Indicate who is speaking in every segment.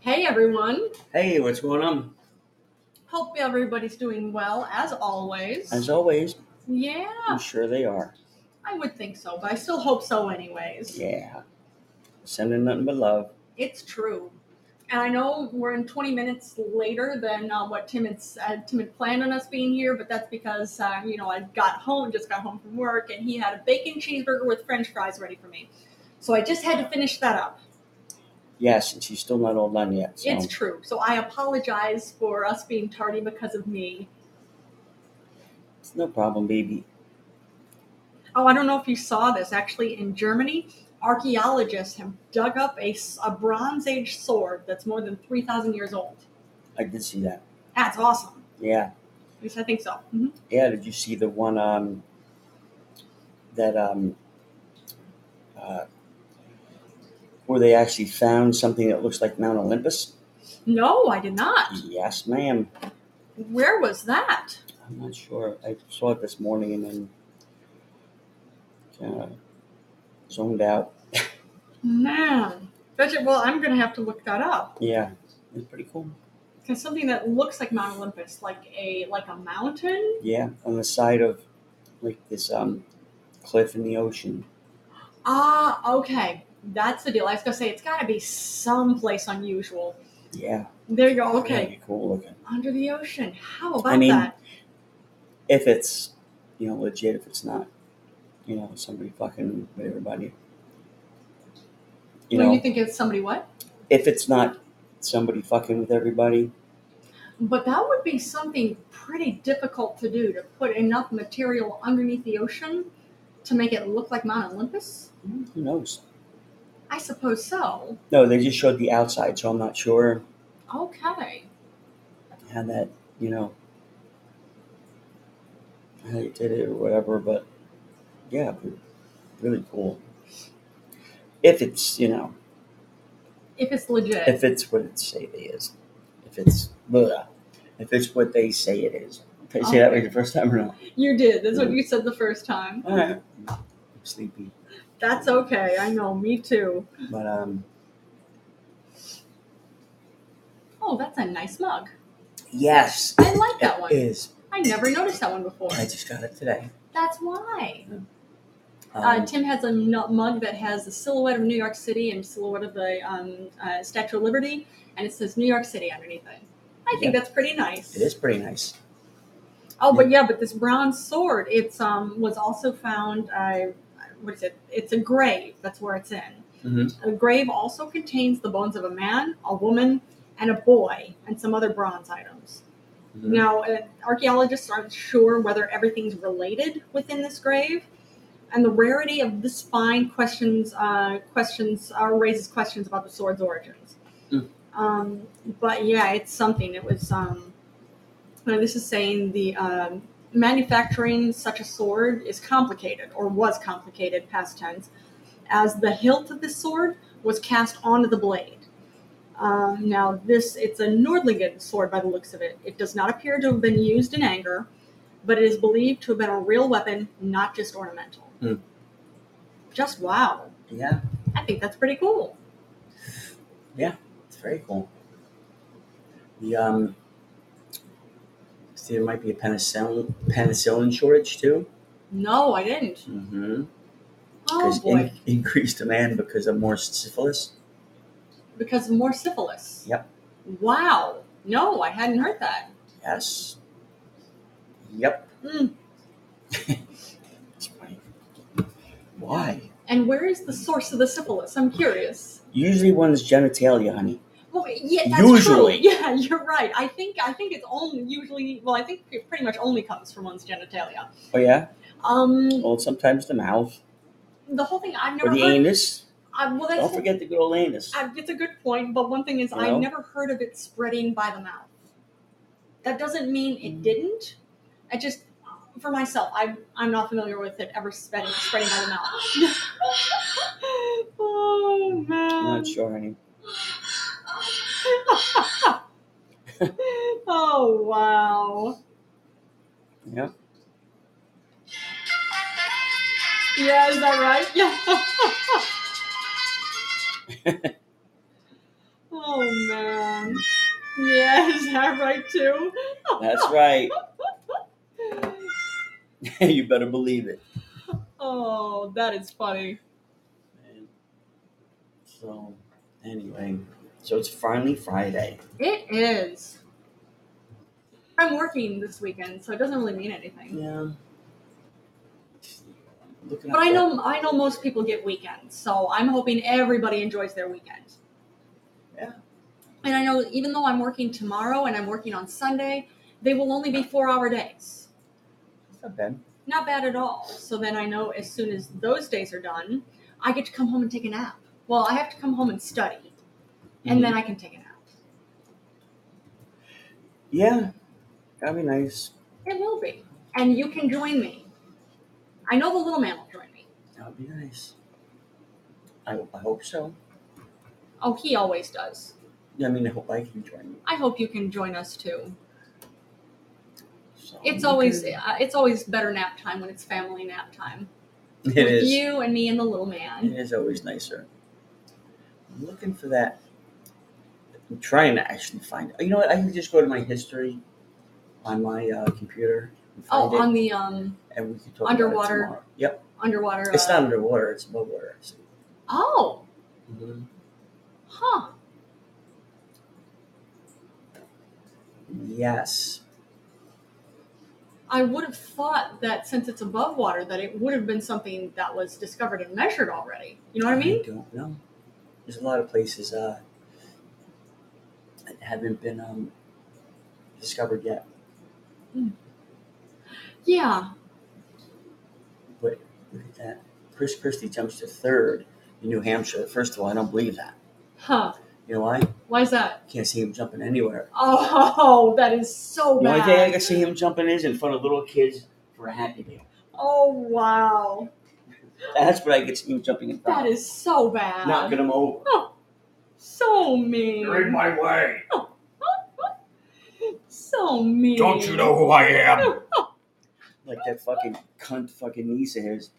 Speaker 1: Hey everyone.
Speaker 2: Hey, what's going on?
Speaker 1: Hope everybody's doing well as always.
Speaker 2: As always,
Speaker 1: yeah,
Speaker 2: I'm sure they are.
Speaker 1: I would think so, but I still hope so anyways.
Speaker 2: Yeah. Sending nothing but love.
Speaker 1: It's true. And I know we're in 20 minutes later than uh, what Tim had, s- uh, Tim had planned on us being here, but that's because, uh, you know, I got home, just got home from work, and he had a bacon cheeseburger with french fries ready for me. So I just had to finish that up.
Speaker 2: Yes, and she's still not all done yet. So
Speaker 1: It's true. So I apologize for us being tardy because of me.
Speaker 2: it's no problem, baby.
Speaker 1: Oh, I don't know if you saw this. Actually, in Germany, archaeologists have dug up a, s- a Bronze Age sword that's more than 3,000 years old.
Speaker 2: I did see that.
Speaker 1: That's awesome.
Speaker 2: Yeah.
Speaker 1: At least I think so. Mhm.
Speaker 2: Yeah, did you see the one um that um uh where they actually found something that looks like Mount Olympus?
Speaker 1: No, I did not.
Speaker 2: Yes, ma'am.
Speaker 1: Where was that?
Speaker 2: I'm not sure. I saw it this morning and then kind of zoned out.
Speaker 1: Man. That's it. Well, I'm going to have to look that up.
Speaker 2: Yeah. It's pretty cool.
Speaker 1: Because something that looks like Mount Olympus, like a like a mountain.
Speaker 2: Yeah, on the side of like this um cliff in the ocean.
Speaker 1: Ah, okay. That's the deal. I was going to say, it's got to be someplace unusual.
Speaker 2: Yeah.
Speaker 1: There you go.
Speaker 2: that'd
Speaker 1: Okay.
Speaker 2: be cool looking.
Speaker 1: Under the ocean. How about
Speaker 2: mean,
Speaker 1: that?
Speaker 2: If it's you know legit, if it's not, you know somebody fucking with everybody. You
Speaker 1: when
Speaker 2: know,
Speaker 1: you think it's somebody what?
Speaker 2: if it's not somebody fucking with everybody,
Speaker 1: But that would be something pretty difficult to do to put enough material underneath the ocean to make it look like Mount Olympus?
Speaker 2: who knows?
Speaker 1: I suppose so.
Speaker 2: No, they just showed the outside, so I'm not sure
Speaker 1: Okay.
Speaker 2: how that you know how they did it or whatever. But yeah, it'd be really cool. If it's you know
Speaker 1: If it's legit.
Speaker 2: if it's what it say it is, if it's blah, if it's what they say it is. Did I say that like the first time or not?
Speaker 1: you did. That's
Speaker 2: Mm.
Speaker 1: what you said the first time.
Speaker 2: All right, I'm sleepy,
Speaker 1: That's okay. I know. Me too.
Speaker 2: but um,
Speaker 1: Oh, that's a nice mug.
Speaker 2: yes,
Speaker 1: I like that
Speaker 2: it
Speaker 1: one.
Speaker 2: is. Oh,
Speaker 1: I never noticed that one before.
Speaker 2: I just got it today.
Speaker 1: That's why. uh,
Speaker 2: Um,
Speaker 1: Tim has a nu- mug that has the silhouette of New York City and silhouette of the um, uh, Statue of Liberty, and it says New York City underneath it. I think that's pretty nice.
Speaker 2: it is pretty nice.
Speaker 1: Oh, but yeah, but this bronze sword, it's um was also found. Uh, what is it? It's a grave. That's where it's in.
Speaker 2: Mhm.
Speaker 1: The grave also contains the bones of a man, a woman, and a boy, and some other bronze items.
Speaker 2: Mhm.
Speaker 1: Now, uh, archaeologists aren't sure whether everything's related within this grave, and the rarity of this find questions uh, questions uh, raises questions about the sword's origins.
Speaker 2: Mm.
Speaker 1: Um, but yeah, it's something. It was. Um, now, this is saying the um, manufacturing such a sword is complicated, or was complicated, past tense, as the hilt of this sword was cast onto the blade. Um, now, this it's a Nordlingen sword by the looks of it. It does not appear to have been used in anger, but it is believed to have been a real weapon, not just ornamental.
Speaker 2: Hmm.
Speaker 1: Just wow!
Speaker 2: Yeah,
Speaker 1: I think that's pretty cool.
Speaker 2: it's very cool. The um, see, there might be a penicillin penicillin shortage too.
Speaker 1: No, I didn't.
Speaker 2: Mm-hmm.
Speaker 1: Oh boy,
Speaker 2: in, increased demand because of more syphilis.
Speaker 1: because more syphilis.
Speaker 2: Yep.
Speaker 1: Wow. No, I hadn't heard that.
Speaker 2: Yes. Yep.
Speaker 1: Mm.
Speaker 2: It's funny. Why?
Speaker 1: And where is the source of the syphilis? I'm curious.
Speaker 2: Usually one's genitalia, honey.
Speaker 1: Well, yeah, that's
Speaker 2: Usually.
Speaker 1: true. Yeah, you're right. I think I think it's only usually. Well, I think it pretty much only comes from one's genitalia.
Speaker 2: Oh yeah.
Speaker 1: Um,
Speaker 2: Well, sometimes the mouth
Speaker 1: the whole thing I've never
Speaker 2: or the
Speaker 1: heard.
Speaker 2: anus.
Speaker 1: I, well, that's
Speaker 2: Don't forget the good old anus.
Speaker 1: I, it's a good point, but one thing is,
Speaker 2: You
Speaker 1: I've
Speaker 2: know?
Speaker 1: never heard of it spreading by the mouth. That doesn't mean
Speaker 2: Hmm.
Speaker 1: it didn't. I just, for myself, I'm I'm not familiar with it ever spreading spreading by the mouth. oh
Speaker 2: I'm
Speaker 1: man.
Speaker 2: not sure, honey.
Speaker 1: oh wow.
Speaker 2: Yeah.
Speaker 1: Yeah, is that right? Yeah. Oh man. Yeah, is that right too?
Speaker 2: That's right. you better believe it.
Speaker 1: Oh, that is funny.
Speaker 2: And so, anyway, so it's finally Friday.
Speaker 1: It is. I'm working this weekend, so it doesn't really mean anything.
Speaker 2: Yeah. Looking
Speaker 1: But
Speaker 2: at
Speaker 1: I
Speaker 2: that-
Speaker 1: know I know most people get weekends, so I'm hoping everybody enjoys their weekend.
Speaker 2: Yeah.
Speaker 1: And I know even though I'm working tomorrow and I'm working on Sunday, they will only be four hour days.
Speaker 2: It's not bad.
Speaker 1: Not bad at all. So then I know as soon as those days are done, I get to come home and take a nap. Well, I have to come home and study,
Speaker 2: Mm-hmm.
Speaker 1: and then I can take a nap.
Speaker 2: Yeah, that'd be nice.
Speaker 1: It will be. And you can join me. I know the little man will join me.
Speaker 2: That would be nice. I, I hope so.
Speaker 1: Oh, he always does.
Speaker 2: Yeah, I mean, I hope I can join you.
Speaker 1: I hope you can join us too.
Speaker 2: So
Speaker 1: It's always uh, it's always better nap time when it's family nap time.
Speaker 2: it
Speaker 1: with
Speaker 2: is.
Speaker 1: you and me and the little
Speaker 2: It
Speaker 1: man.
Speaker 2: is always nicer. I'm looking for that. I'm trying to actually find it. You know what? I can just go to my history on my uh, computer and find
Speaker 1: Oh,
Speaker 2: it,
Speaker 1: on the um
Speaker 2: and we can talk
Speaker 1: underwater.
Speaker 2: About it tomorrow. Yep,
Speaker 1: underwater.
Speaker 2: it's
Speaker 1: uh,
Speaker 2: not underwater; it's above water. So.
Speaker 1: Oh, huh.
Speaker 2: Yes,
Speaker 1: I would have thought that since it's above water, that it would have been something that was discovered and measured already. You know what I mean?
Speaker 2: don't know. There's a lot of places uh, that haven't been um, discovered yet.
Speaker 1: Yeah.
Speaker 2: Look at that. Chris Christie jumps to third in New Hampshire. First of all, I don't believe that.
Speaker 1: Huh.
Speaker 2: You know why?
Speaker 1: Why is that?
Speaker 2: Can't see him jumping anywhere.
Speaker 1: Oh, that is so
Speaker 2: The only
Speaker 1: bad.
Speaker 2: thing I can see him jumping is in front of little kids for a happy meal.
Speaker 1: Oh wow,
Speaker 2: That's what I could see him jumping in
Speaker 1: that
Speaker 2: front.
Speaker 1: is so bad.
Speaker 2: Knocking him over.
Speaker 1: So mean.
Speaker 3: You're in my way.
Speaker 1: So mean.
Speaker 3: Don't you know who I am?
Speaker 2: Like that fucking cunt fucking niece of his.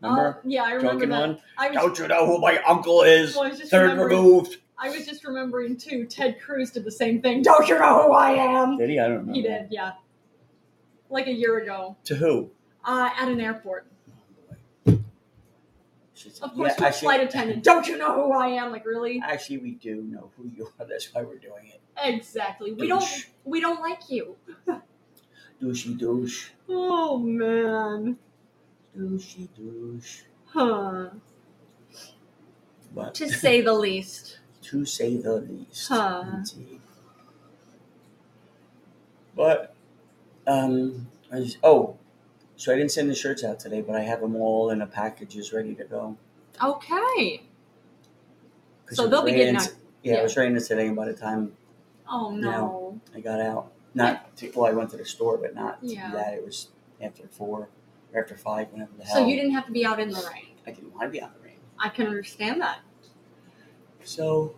Speaker 1: Oh,
Speaker 2: Remember?
Speaker 1: yeah, I remember
Speaker 2: Drunken
Speaker 1: that.
Speaker 2: one?
Speaker 1: I was,
Speaker 3: Don't you know who my uncle is?
Speaker 1: well, I was just
Speaker 3: Third
Speaker 1: remembering.
Speaker 3: removed.
Speaker 1: I was just remembering too. Ted Cruz did the same thing. Don't you know who I am?
Speaker 2: Did he? I don't know.
Speaker 1: He did, yeah. Like a year ago,
Speaker 2: To who?
Speaker 1: uh, at an airport.
Speaker 2: She's
Speaker 1: Of course,
Speaker 2: yeah,
Speaker 1: with flight attendant. Don't you know who I am? Like really?
Speaker 2: Actually, we do know who you are. That's why we're doing it.
Speaker 1: Exactly. We don't.
Speaker 2: Douche.
Speaker 1: We don't like you.
Speaker 2: Douchey douche.
Speaker 1: Oh man.
Speaker 2: Douchey douche.
Speaker 1: Huh.
Speaker 2: But
Speaker 1: To say the least.
Speaker 2: to say the least.
Speaker 1: Huh.
Speaker 2: Indeed. But um, I just, oh, so I didn't send the shirts out today, but I have them all in a package, is ready to go.
Speaker 1: Okay.
Speaker 2: 'Cause
Speaker 1: So
Speaker 2: it was
Speaker 1: they'll be getting
Speaker 2: raining
Speaker 1: out-
Speaker 2: t- Yeah, it was raining today, and by the time
Speaker 1: Oh no.
Speaker 2: I got out, not to, well, I went to the store, but not to do
Speaker 1: Yeah.
Speaker 2: that. It was after four or after five, whenever the hell.
Speaker 1: So you didn't have to be out in the rain.
Speaker 2: I didn't want to be out in the rain.
Speaker 1: I can understand that.
Speaker 2: So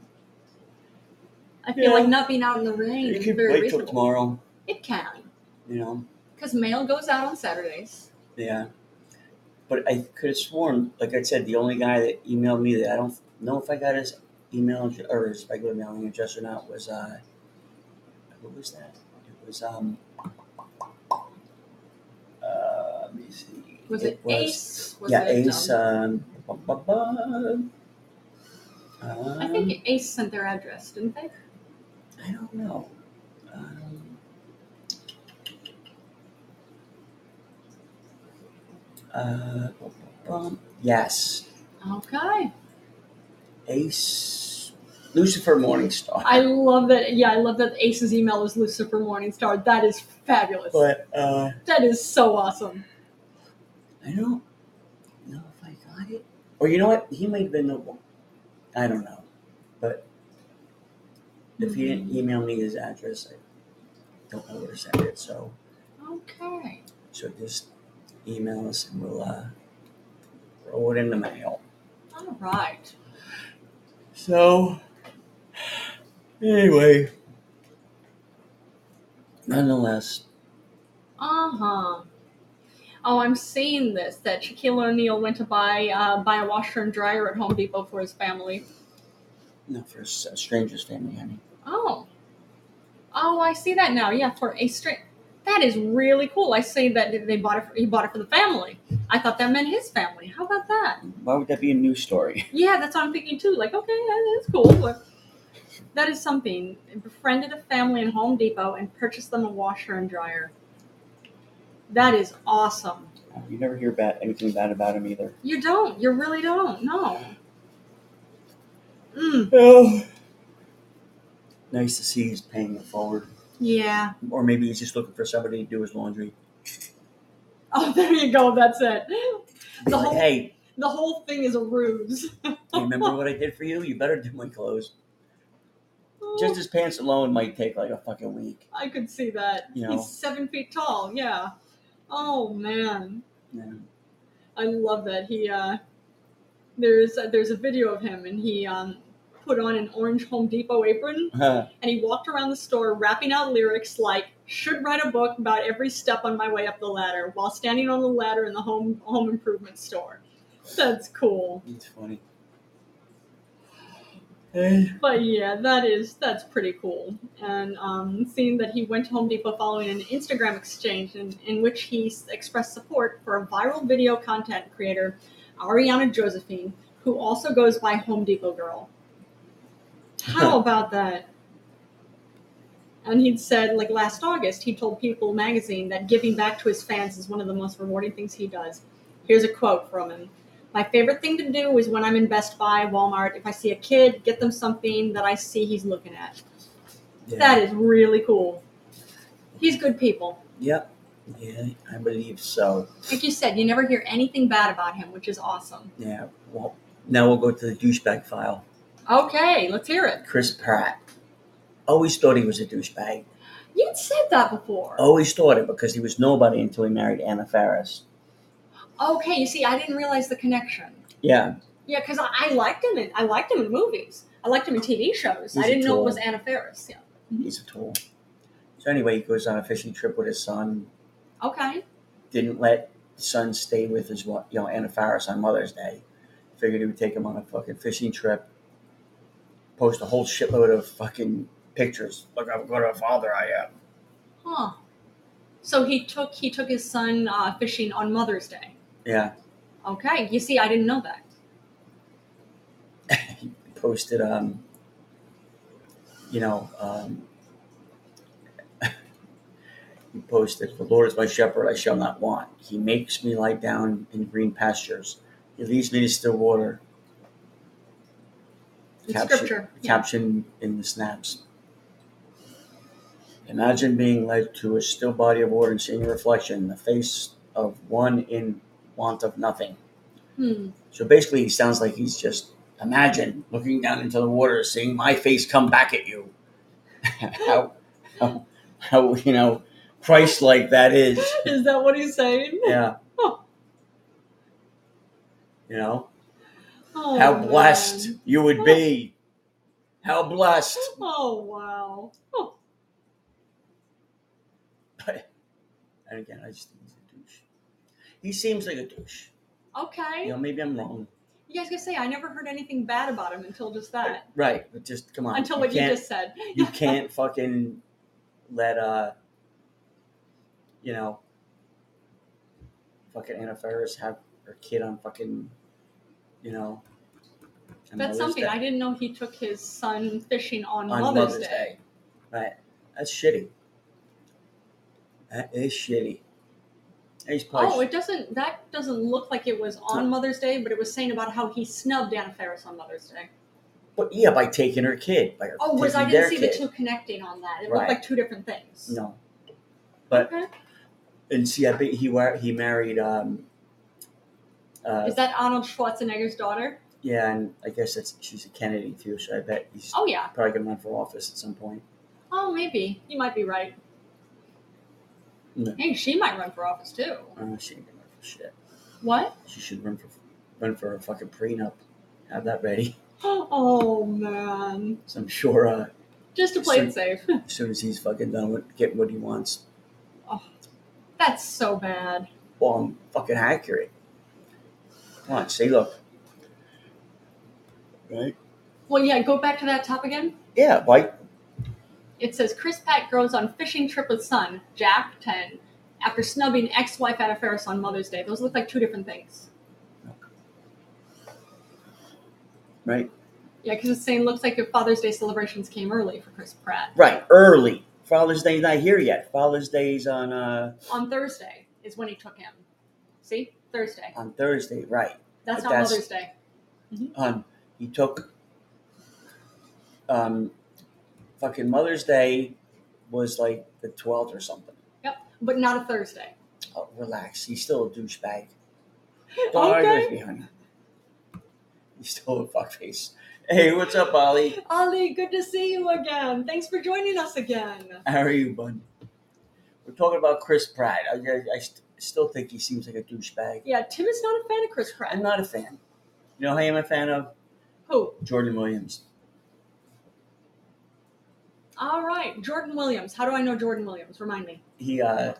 Speaker 1: I feel
Speaker 2: Yeah.
Speaker 1: like not being out in the rain
Speaker 2: you
Speaker 1: is
Speaker 2: can
Speaker 1: very
Speaker 2: wait till
Speaker 1: reasonable.
Speaker 2: tomorrow,
Speaker 1: It can,
Speaker 2: you know?
Speaker 1: because mail goes out on Saturdays.
Speaker 2: Yeah. But I could have sworn, like I said, the only guy that emailed me that I don't know if I got his email ad- or his regular mailing address or not was uh, who was that? It was um, uh, let me see.
Speaker 1: Was it, Ace? Was
Speaker 2: yeah,
Speaker 1: it,
Speaker 2: Ace.
Speaker 1: um,
Speaker 2: Um, bu- bu- bu- um,
Speaker 1: I think Ace sent their address, didn't they?
Speaker 2: I don't know. Um, uh, bum, bum, bum. yes,
Speaker 1: Okay.
Speaker 2: Ace Lucifer Morningstar.
Speaker 1: I love that. Yeah, I love that Ace's email is Lucifer Morningstar. That is fabulous.
Speaker 2: but uh,
Speaker 1: that is so awesome.
Speaker 2: I don't know if I got it. Or you know what? He might have been the one. I don't know. But if he didn't email me his address, I don't know where to send it. So,
Speaker 1: Okay.
Speaker 2: so just email us and we'll uh, roll it in the mail.
Speaker 1: All right.
Speaker 2: So, anyway, nonetheless,
Speaker 1: Uh huh. Oh, I'm seeing this that Shaquille O'Neal went to buy uh, buy a washer and dryer at Home Depot for his family.
Speaker 2: No, for a stranger's family, honey.
Speaker 1: Oh. Oh, I see that now. Yeah, for a straight. That is really cool. I see that they bought it. For, he bought it for the family. I thought that meant his family. How about that?
Speaker 2: Why would that be a news story?
Speaker 1: Yeah, that's what I'm thinking too. Like, okay, that is cool. But that is something. Befriended a family in Home Depot and purchased them a washer and dryer. That is awesome.
Speaker 2: Uh, You never hear bad anything bad about him either.
Speaker 1: You don't. You really don't. No. Mm,
Speaker 2: Nice to see he's paying it forward,
Speaker 1: yeah.
Speaker 2: or maybe he's just looking for somebody to do his laundry.
Speaker 1: Oh, there you go. That's it.
Speaker 2: He's
Speaker 1: The
Speaker 2: like,
Speaker 1: whole-
Speaker 2: hey,
Speaker 1: The whole thing is a ruse.
Speaker 2: you remember what I did for you? You better do my clothes. Just his pants alone might take like a fucking week.
Speaker 1: I could see that.
Speaker 2: You know.
Speaker 1: He's seven feet tall. Yeah. Oh man,
Speaker 2: Yeah.
Speaker 1: I love that. He uh, there's there's a video of him, and he um, put on an orange Home Depot apron,
Speaker 2: Huh.
Speaker 1: and he walked around the store rapping out lyrics like "Should write a book about every step on my way up the ladder" while standing on the ladder in the home home improvement store. That's cool.
Speaker 2: It's funny.
Speaker 1: But yeah, that is that's pretty cool. And um, seeing that he went to Home Depot following an Instagram exchange in, in which he s- expressed support for a viral video content creator, Ariana Josephine, who also goes by Home Depot Girl. How about that? And he'd said, like last August, he told People magazine that giving back to his fans is one of the most rewarding things he does. Here's a quote from him. My favorite thing to do is when I'm in Best Buy, Walmart, if I see a kid, get them something that I see he's looking at.
Speaker 2: Yeah.
Speaker 1: That is really cool. He's good people.
Speaker 2: Yep. Yeah, I believe so.
Speaker 1: Like you said, you never hear anything bad about him, which is awesome.
Speaker 2: Yeah. Well, now we'll go to the douchebag file.
Speaker 1: Okay, let's hear it.
Speaker 2: Chris Pratt. Always thought he was a douchebag.
Speaker 1: You'd said that before.
Speaker 2: Always thought it because he was nobody until he married Anna Faris.
Speaker 1: Okay, you see, I didn't realize the connection.
Speaker 2: Yeah.
Speaker 1: Yeah, because I, I liked him in I liked him in movies. I liked him in TV shows.
Speaker 2: He's
Speaker 1: I
Speaker 2: a
Speaker 1: didn't know it
Speaker 2: tool.
Speaker 1: was Anna Faris. Yeah.
Speaker 2: He's a tool. So anyway, he goes on a fishing trip with his son.
Speaker 1: Okay.
Speaker 2: Didn't let his son stay with his wa- you know Anna Faris on Mother's Day. Figured he would take him on a fucking fishing trip. Post a whole shitload of fucking pictures.
Speaker 3: Look how good a father I am.
Speaker 1: Huh. So he took he took his son uh, fishing on Mother's Day.
Speaker 2: Yeah.
Speaker 1: Okay, you see, I didn't know that.
Speaker 2: He posted um you know um he posted the lord is my shepherd i shall not want he makes me lie down in green pastures he leads me to still water
Speaker 1: It's
Speaker 2: Caption-
Speaker 1: scripture. Yeah.
Speaker 2: caption in the snaps imagine being led to a still body of water and seeing a reflection in the face of one in want of nothing
Speaker 1: Hmm.
Speaker 2: so basically, he sounds like he's just imagine looking down into the water, seeing my face come back at you. how, how, how you know, Christ-like that is.
Speaker 1: Is that what he's saying?
Speaker 2: Yeah. You know
Speaker 1: Oh,
Speaker 2: how blessed
Speaker 1: man.
Speaker 2: you would be. How blessed.
Speaker 1: Oh wow. Oh,
Speaker 2: And again, I just think he's a douche. He seems like a douche.
Speaker 1: okay.
Speaker 2: You know, maybe I'm wrong.
Speaker 1: You guys gonna say I never heard anything bad about him until just that.
Speaker 2: Right, but just come on.
Speaker 1: Until what you
Speaker 2: can't-
Speaker 1: just said.
Speaker 2: you can't fucking let uh you know fucking Anna Faris have her kid on fucking you know on
Speaker 1: That's
Speaker 2: Mother's
Speaker 1: something
Speaker 2: Day-
Speaker 1: I didn't know. He took his son fishing on,
Speaker 2: on
Speaker 1: Mother's, Day.
Speaker 2: Right. That's shitty. That is shitty. He's probably
Speaker 1: Oh, it doesn't. That doesn't look like it was on Mother's Day, but it was saying about how he snubbed Anna Faris on Mother's Day.
Speaker 2: but yeah, by taking her kid. By her
Speaker 1: Oh, was I
Speaker 2: taking
Speaker 1: didn't
Speaker 2: their
Speaker 1: see
Speaker 2: kid.
Speaker 1: the two connecting on that. It
Speaker 2: Right.
Speaker 1: looked like two different things.
Speaker 2: No. But
Speaker 1: Okay.
Speaker 2: and see I bet he wa- he married um uh
Speaker 1: Is that Arnold Schwarzenegger's daughter?
Speaker 2: yeah, and I guess that's she's a Kennedy too, so I bet he's
Speaker 1: Oh yeah.
Speaker 2: probably gonna run for office at some point.
Speaker 1: Oh, maybe. You might be right.
Speaker 2: No.
Speaker 1: Hey, she might run for office too.
Speaker 2: Uh, she ain't gonna run for shit.
Speaker 1: What?
Speaker 2: She should run for run for a fucking prenup. Have that ready.
Speaker 1: Oh, man.
Speaker 2: So I'm sure uh,
Speaker 1: Just to play
Speaker 2: So-
Speaker 1: it safe.
Speaker 2: as soon as he's fucking done with getting what he wants,
Speaker 1: That's so bad.
Speaker 2: well, I'm fucking accurate. Come on, see, look. Right?
Speaker 1: Well, yeah, go back to that top again.
Speaker 2: Yeah, like
Speaker 1: It says Chris Pat goes on fishing trip with son, Jack, 10, after snubbing ex wife at a Ferris on Mother's Day. Those look like two different things.
Speaker 2: Right.
Speaker 1: Yeah, because it's saying looks like your Father's Day celebrations came early for Chris Pratt.
Speaker 2: right early. Father's Day's not here yet. Father's Day's on uh
Speaker 1: On Thursday is when he took him. See? Thursday.
Speaker 2: on Thursday, right?
Speaker 1: That's
Speaker 2: But
Speaker 1: not
Speaker 2: that's-
Speaker 1: Mother's Day.
Speaker 2: Um, he took um fucking Mother's Day was like the twelfth or something.
Speaker 1: But not a Thursday.
Speaker 2: Oh, relax. He's still a douchebag. Don't argue with
Speaker 1: Okay.
Speaker 2: me, honey. He's still a fuckface. Hey, what's up, Ollie?
Speaker 1: Ollie, good to see you again. Thanks for joining us again.
Speaker 2: How are you, bud? We're talking about Chris Pratt. I, I, I st- still think he seems like a douchebag.
Speaker 1: Yeah, Tim is not a fan of Chris Pratt.
Speaker 2: I'm not a fan. You know who I am a fan of?
Speaker 1: Who?
Speaker 2: Jordan Williams.
Speaker 1: All right, Jordan Williams. How do I know Jordan Williams? Remind me.
Speaker 2: He uh,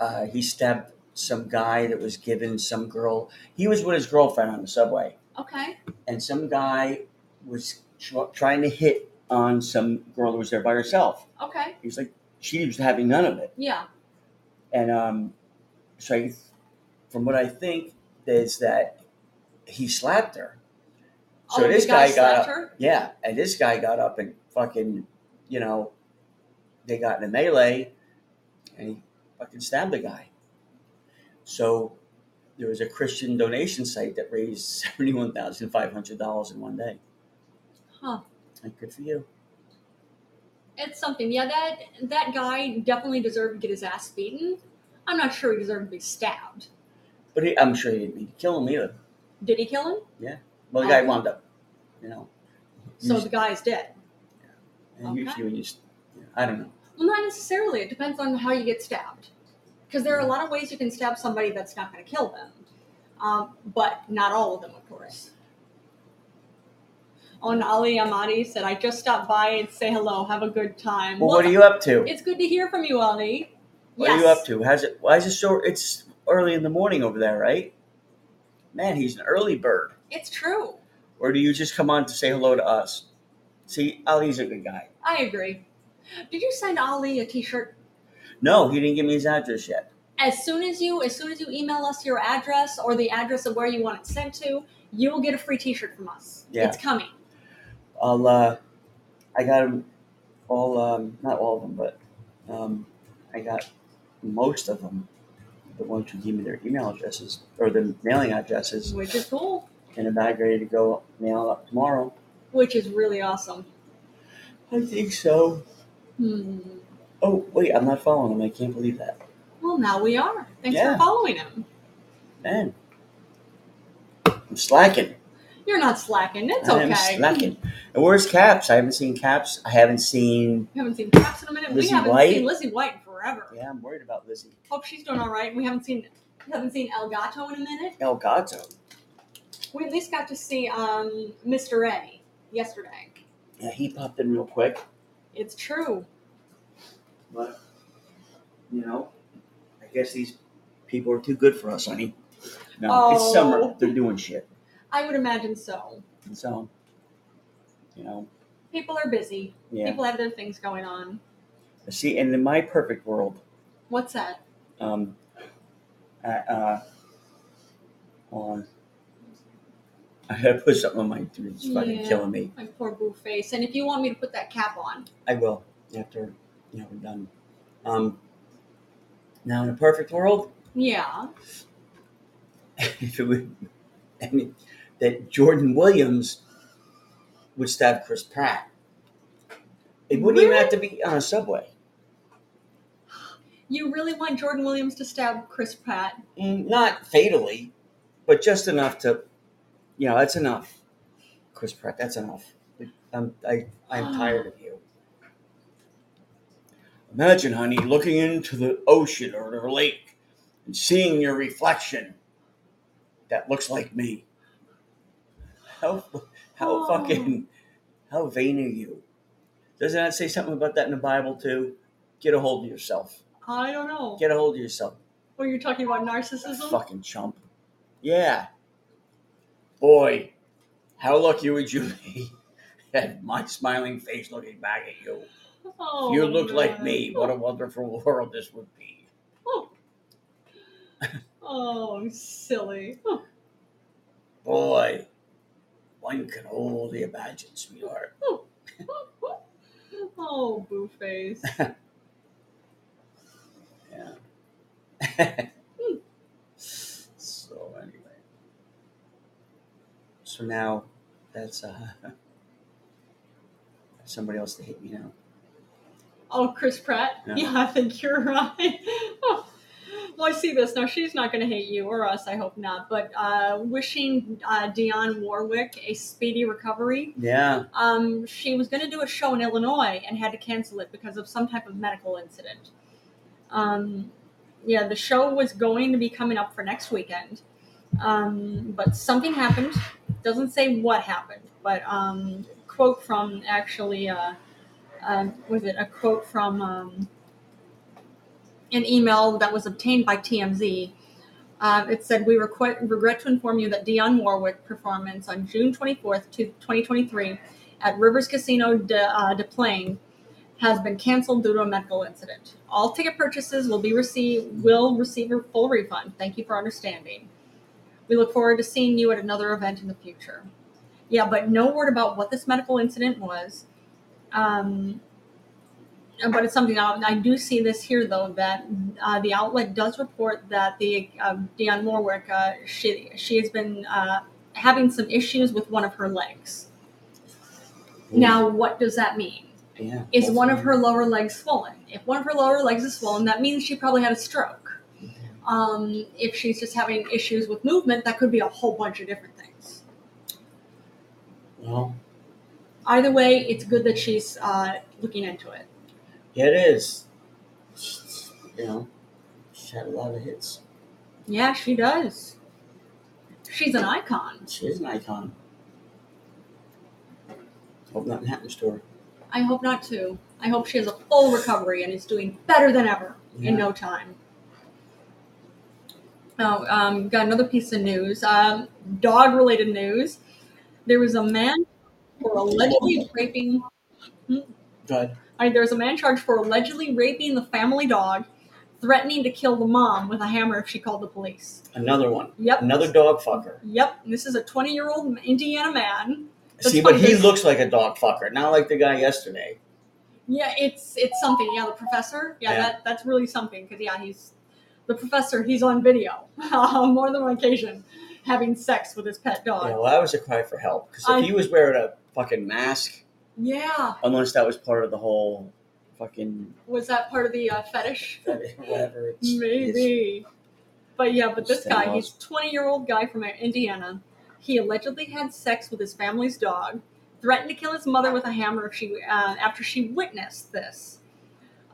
Speaker 2: uh, he stabbed some guy that was given some girl. He was with his girlfriend on the subway,
Speaker 1: Okay.
Speaker 2: and some guy was tr- trying to hit on some girl that was there by herself.
Speaker 1: Okay.
Speaker 2: He's like, she was having none of it.
Speaker 1: Yeah.
Speaker 2: And um, so, I, from what I think is that he slapped her. So
Speaker 1: oh,
Speaker 2: this
Speaker 1: the guy,
Speaker 2: guy, got
Speaker 1: slapped
Speaker 2: up.
Speaker 1: her.
Speaker 2: Yeah, and this guy got up and fucking, you know, they got in a melee, and he fucking stabbed the guy. So there was a Christian donation site that raised seventy one thousand five hundred dollars in one day.
Speaker 1: Huh.
Speaker 2: Like, good for you.
Speaker 1: It's something. Yeah, that that guy definitely deserved to get his ass beaten. I'm not sure he deserved to be stabbed.
Speaker 2: But he, I'm sure he didn't mean to kill him either.
Speaker 1: Did he kill him?
Speaker 2: Well, the guy wound up, you know.
Speaker 1: So the
Speaker 2: usually,
Speaker 1: guy's dead.
Speaker 2: and usually when you, s- yeah, I don't know.
Speaker 1: Well, not necessarily. It depends on how you get stabbed. Because there are a lot of ways you can stab somebody that's not going to kill them. Um, but not all of them, of course. On Ali Amadi said, I just stopped by and say hello. Have a good time.
Speaker 2: Well, what are you up to?
Speaker 1: It's good to hear from you, Ali.
Speaker 2: What
Speaker 1: yes.
Speaker 2: are you up to? How's it? Why is it so? It's early in the morning over there, right? Man, he's an early bird.
Speaker 1: It's true.
Speaker 2: Or do you just come on to say hello to us? See, Ali's a good guy.
Speaker 1: I agree. Did you send Ali a T-shirt?
Speaker 2: No, he didn't give me his address yet.
Speaker 1: As soon as you, as soon as you email us your address or the address of where you want it sent to, you will get a free T-shirt from us.
Speaker 2: Yeah.
Speaker 1: It's coming.
Speaker 2: I'll, uh, I got him all, um, not all of them, but um, I got most of them, the ones who gave me their email addresses or their mailing addresses,
Speaker 1: Which is cool.
Speaker 2: and I'm about ready to go mail up tomorrow.
Speaker 1: which is really awesome.
Speaker 2: I think so.
Speaker 1: Hmm.
Speaker 2: Oh, wait, I'm not following him. I can't believe that.
Speaker 1: Well, now we are. Thanks
Speaker 2: Yeah.
Speaker 1: for following him.
Speaker 2: Man, I'm slacking.
Speaker 1: You're not slacking. It's
Speaker 2: I
Speaker 1: okay.
Speaker 2: am slacking. And where's Caps? I haven't seen Caps. I haven't seen.
Speaker 1: We haven't seen Caps in a minute.
Speaker 2: Lizzie
Speaker 1: we haven't
Speaker 2: White?
Speaker 1: seen Lizzie White in forever.
Speaker 2: Yeah, I'm worried about Lizzie.
Speaker 1: Hope she's doing all right. We haven't seen we haven't seen Elgato in a minute.
Speaker 2: El Gato.
Speaker 1: We at least got to see um, Mr. A yesterday.
Speaker 2: Yeah, he popped in real quick.
Speaker 1: It's true.
Speaker 2: But, you know, I guess these people are too good for us, honey. No,
Speaker 1: Oh.
Speaker 2: it's summer. They're doing shit.
Speaker 1: I would imagine so.
Speaker 2: And so, you know,
Speaker 1: People are busy.
Speaker 2: yeah.
Speaker 1: People have their things going on.
Speaker 2: See, and in my perfect world,
Speaker 1: What's that?
Speaker 2: um, I, uh, hold on. I gotta put something on my dude. It's fucking
Speaker 1: Yeah.
Speaker 2: killing me.
Speaker 1: My poor boo face. And if you want me to put that cap on,
Speaker 2: I will after you know we're done. Um, now in a perfect world,
Speaker 1: yeah.
Speaker 2: if it would, I mean, that Jordan Williams would stab Chris Pratt. It wouldn't even
Speaker 1: Really?
Speaker 2: have to be on a subway.
Speaker 1: You really want Jordan Williams to stab Chris Pratt
Speaker 2: Mm, Not fatally, but just enough to, you know, that's enough. Chris Pratt, that's enough. I'm, I, I'm tired of you. Imagine, honey, looking into the ocean or the lake and seeing your reflection that looks like me. How, how
Speaker 1: Oh.
Speaker 2: fucking, how vain are you? Doesn't that say something about that in the Bible too? Get a hold of yourself.
Speaker 1: I don't know.
Speaker 2: Get a hold of yourself.
Speaker 1: Well, you're talking about
Speaker 2: A
Speaker 1: narcissism?
Speaker 2: Fucking chump. Yeah. Boy, How lucky would you be had my smiling face looking back at you?
Speaker 1: Oh,
Speaker 2: if you looked like
Speaker 1: no.
Speaker 2: me, what a wonderful world this would be.
Speaker 1: Oh, I'm silly.
Speaker 2: Boy, one can only imagine, sweetheart.
Speaker 1: Oh, boo face.
Speaker 2: Yeah. so anyway. So now that's uh somebody else to hate me now.
Speaker 1: Oh, Chris Pratt?
Speaker 2: Yeah.
Speaker 1: Yeah, I think you're right. Oh. Well, I see this. Now, she's not going to hate you or us, I hope not. But uh, wishing uh, Dionne Warwick a speedy recovery.
Speaker 2: Yeah.
Speaker 1: Um, she was going to do a show in Illinois and had to cancel it because of some type of medical incident. Um, yeah, the show was going to be coming up for next weekend. Um, but something happened. Doesn't say what happened, but um, quote from actually, uh, uh, was it a quote from um, an email that was obtained by TMZ? Uh, it said, We requ- regret to inform you that Dionne Warwick performance on June 24th, to 2023, at Rivers Casino de, uh, de Plain has been canceled due to a medical incident. All ticket purchases will be receive will receive a full refund. Thank you for understanding. We look forward to seeing you at another event in the future. Yeah, but no word about what this medical incident was. Um, but it's something I, I do see this here though that uh, the outlet does report that the uh, Dionne Warwick uh, she she has been uh, having some issues with one of her legs.
Speaker 2: Mm.
Speaker 1: Now, what does that mean?
Speaker 2: yeah.
Speaker 1: Is one of her lower legs swollen? If one of her lower legs is swollen, that means she probably had a stroke. Um, if she's just having issues with movement, that could be a whole bunch of different things.
Speaker 2: Well,
Speaker 1: Either way, it's good that she's uh, looking into it.
Speaker 2: yeah, it is. You know, she's had a lot of hits.
Speaker 1: Yeah, she does. She's an icon.
Speaker 2: She is an icon. Hope nothing happens to her.
Speaker 1: I hope not too. I hope she has a full recovery and is doing better than ever in no time. Now, um, got another piece of news. Um, dog related news. There was a man for allegedly raping.
Speaker 2: Good.
Speaker 1: I mean, there was a man charged for allegedly raping the family dog, threatening to kill the mom with a hammer if she called the police.
Speaker 2: Another one.
Speaker 1: Yep.
Speaker 2: Another dog fucker.
Speaker 1: Yep. and This is a 20 year old Indiana man. That's
Speaker 2: See, but
Speaker 1: funny,
Speaker 2: he
Speaker 1: they-
Speaker 2: looks like a dog fucker, not like the guy yesterday.
Speaker 1: Yeah, it's it's something. Yeah, the professor. Yeah,
Speaker 2: Yeah.
Speaker 1: That, that's really something because yeah, he's the professor. He's on video on more than one occasion having sex with his pet
Speaker 2: Yeah,
Speaker 1: dog.
Speaker 2: well, that was a cry for help. Because if
Speaker 1: I-
Speaker 2: he was wearing a fucking mask,
Speaker 1: Yeah,
Speaker 2: unless that was part of the whole fucking
Speaker 1: was that part of the uh, fetish?
Speaker 2: whatever. It's, it's-
Speaker 1: Maybe. But yeah, but this
Speaker 2: Stay
Speaker 1: guy,
Speaker 2: lost.
Speaker 1: he's a 20 year old guy from Indiana. He allegedly had sex with his family's dog, threatened to kill his mother with a hammer if she, uh, after she witnessed this.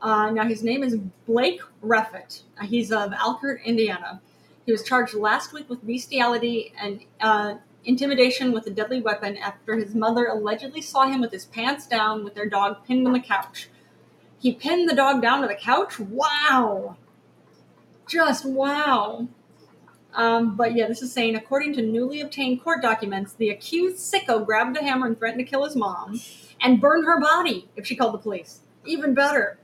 Speaker 1: Uh, now, his name is Blake Reffitt. Uh, He's of Alkert, Indiana. He was charged last week with bestiality and uh, intimidation with a deadly weapon after his mother allegedly saw him with his pants down with their dog pinned on the couch. He pinned the dog down to the couch? Wow! Just wow! Um, but yeah, this is saying according to newly obtained court documents, the accused sicko grabbed a hammer and threatened to kill his mom and burn her body if she called the police. Even better.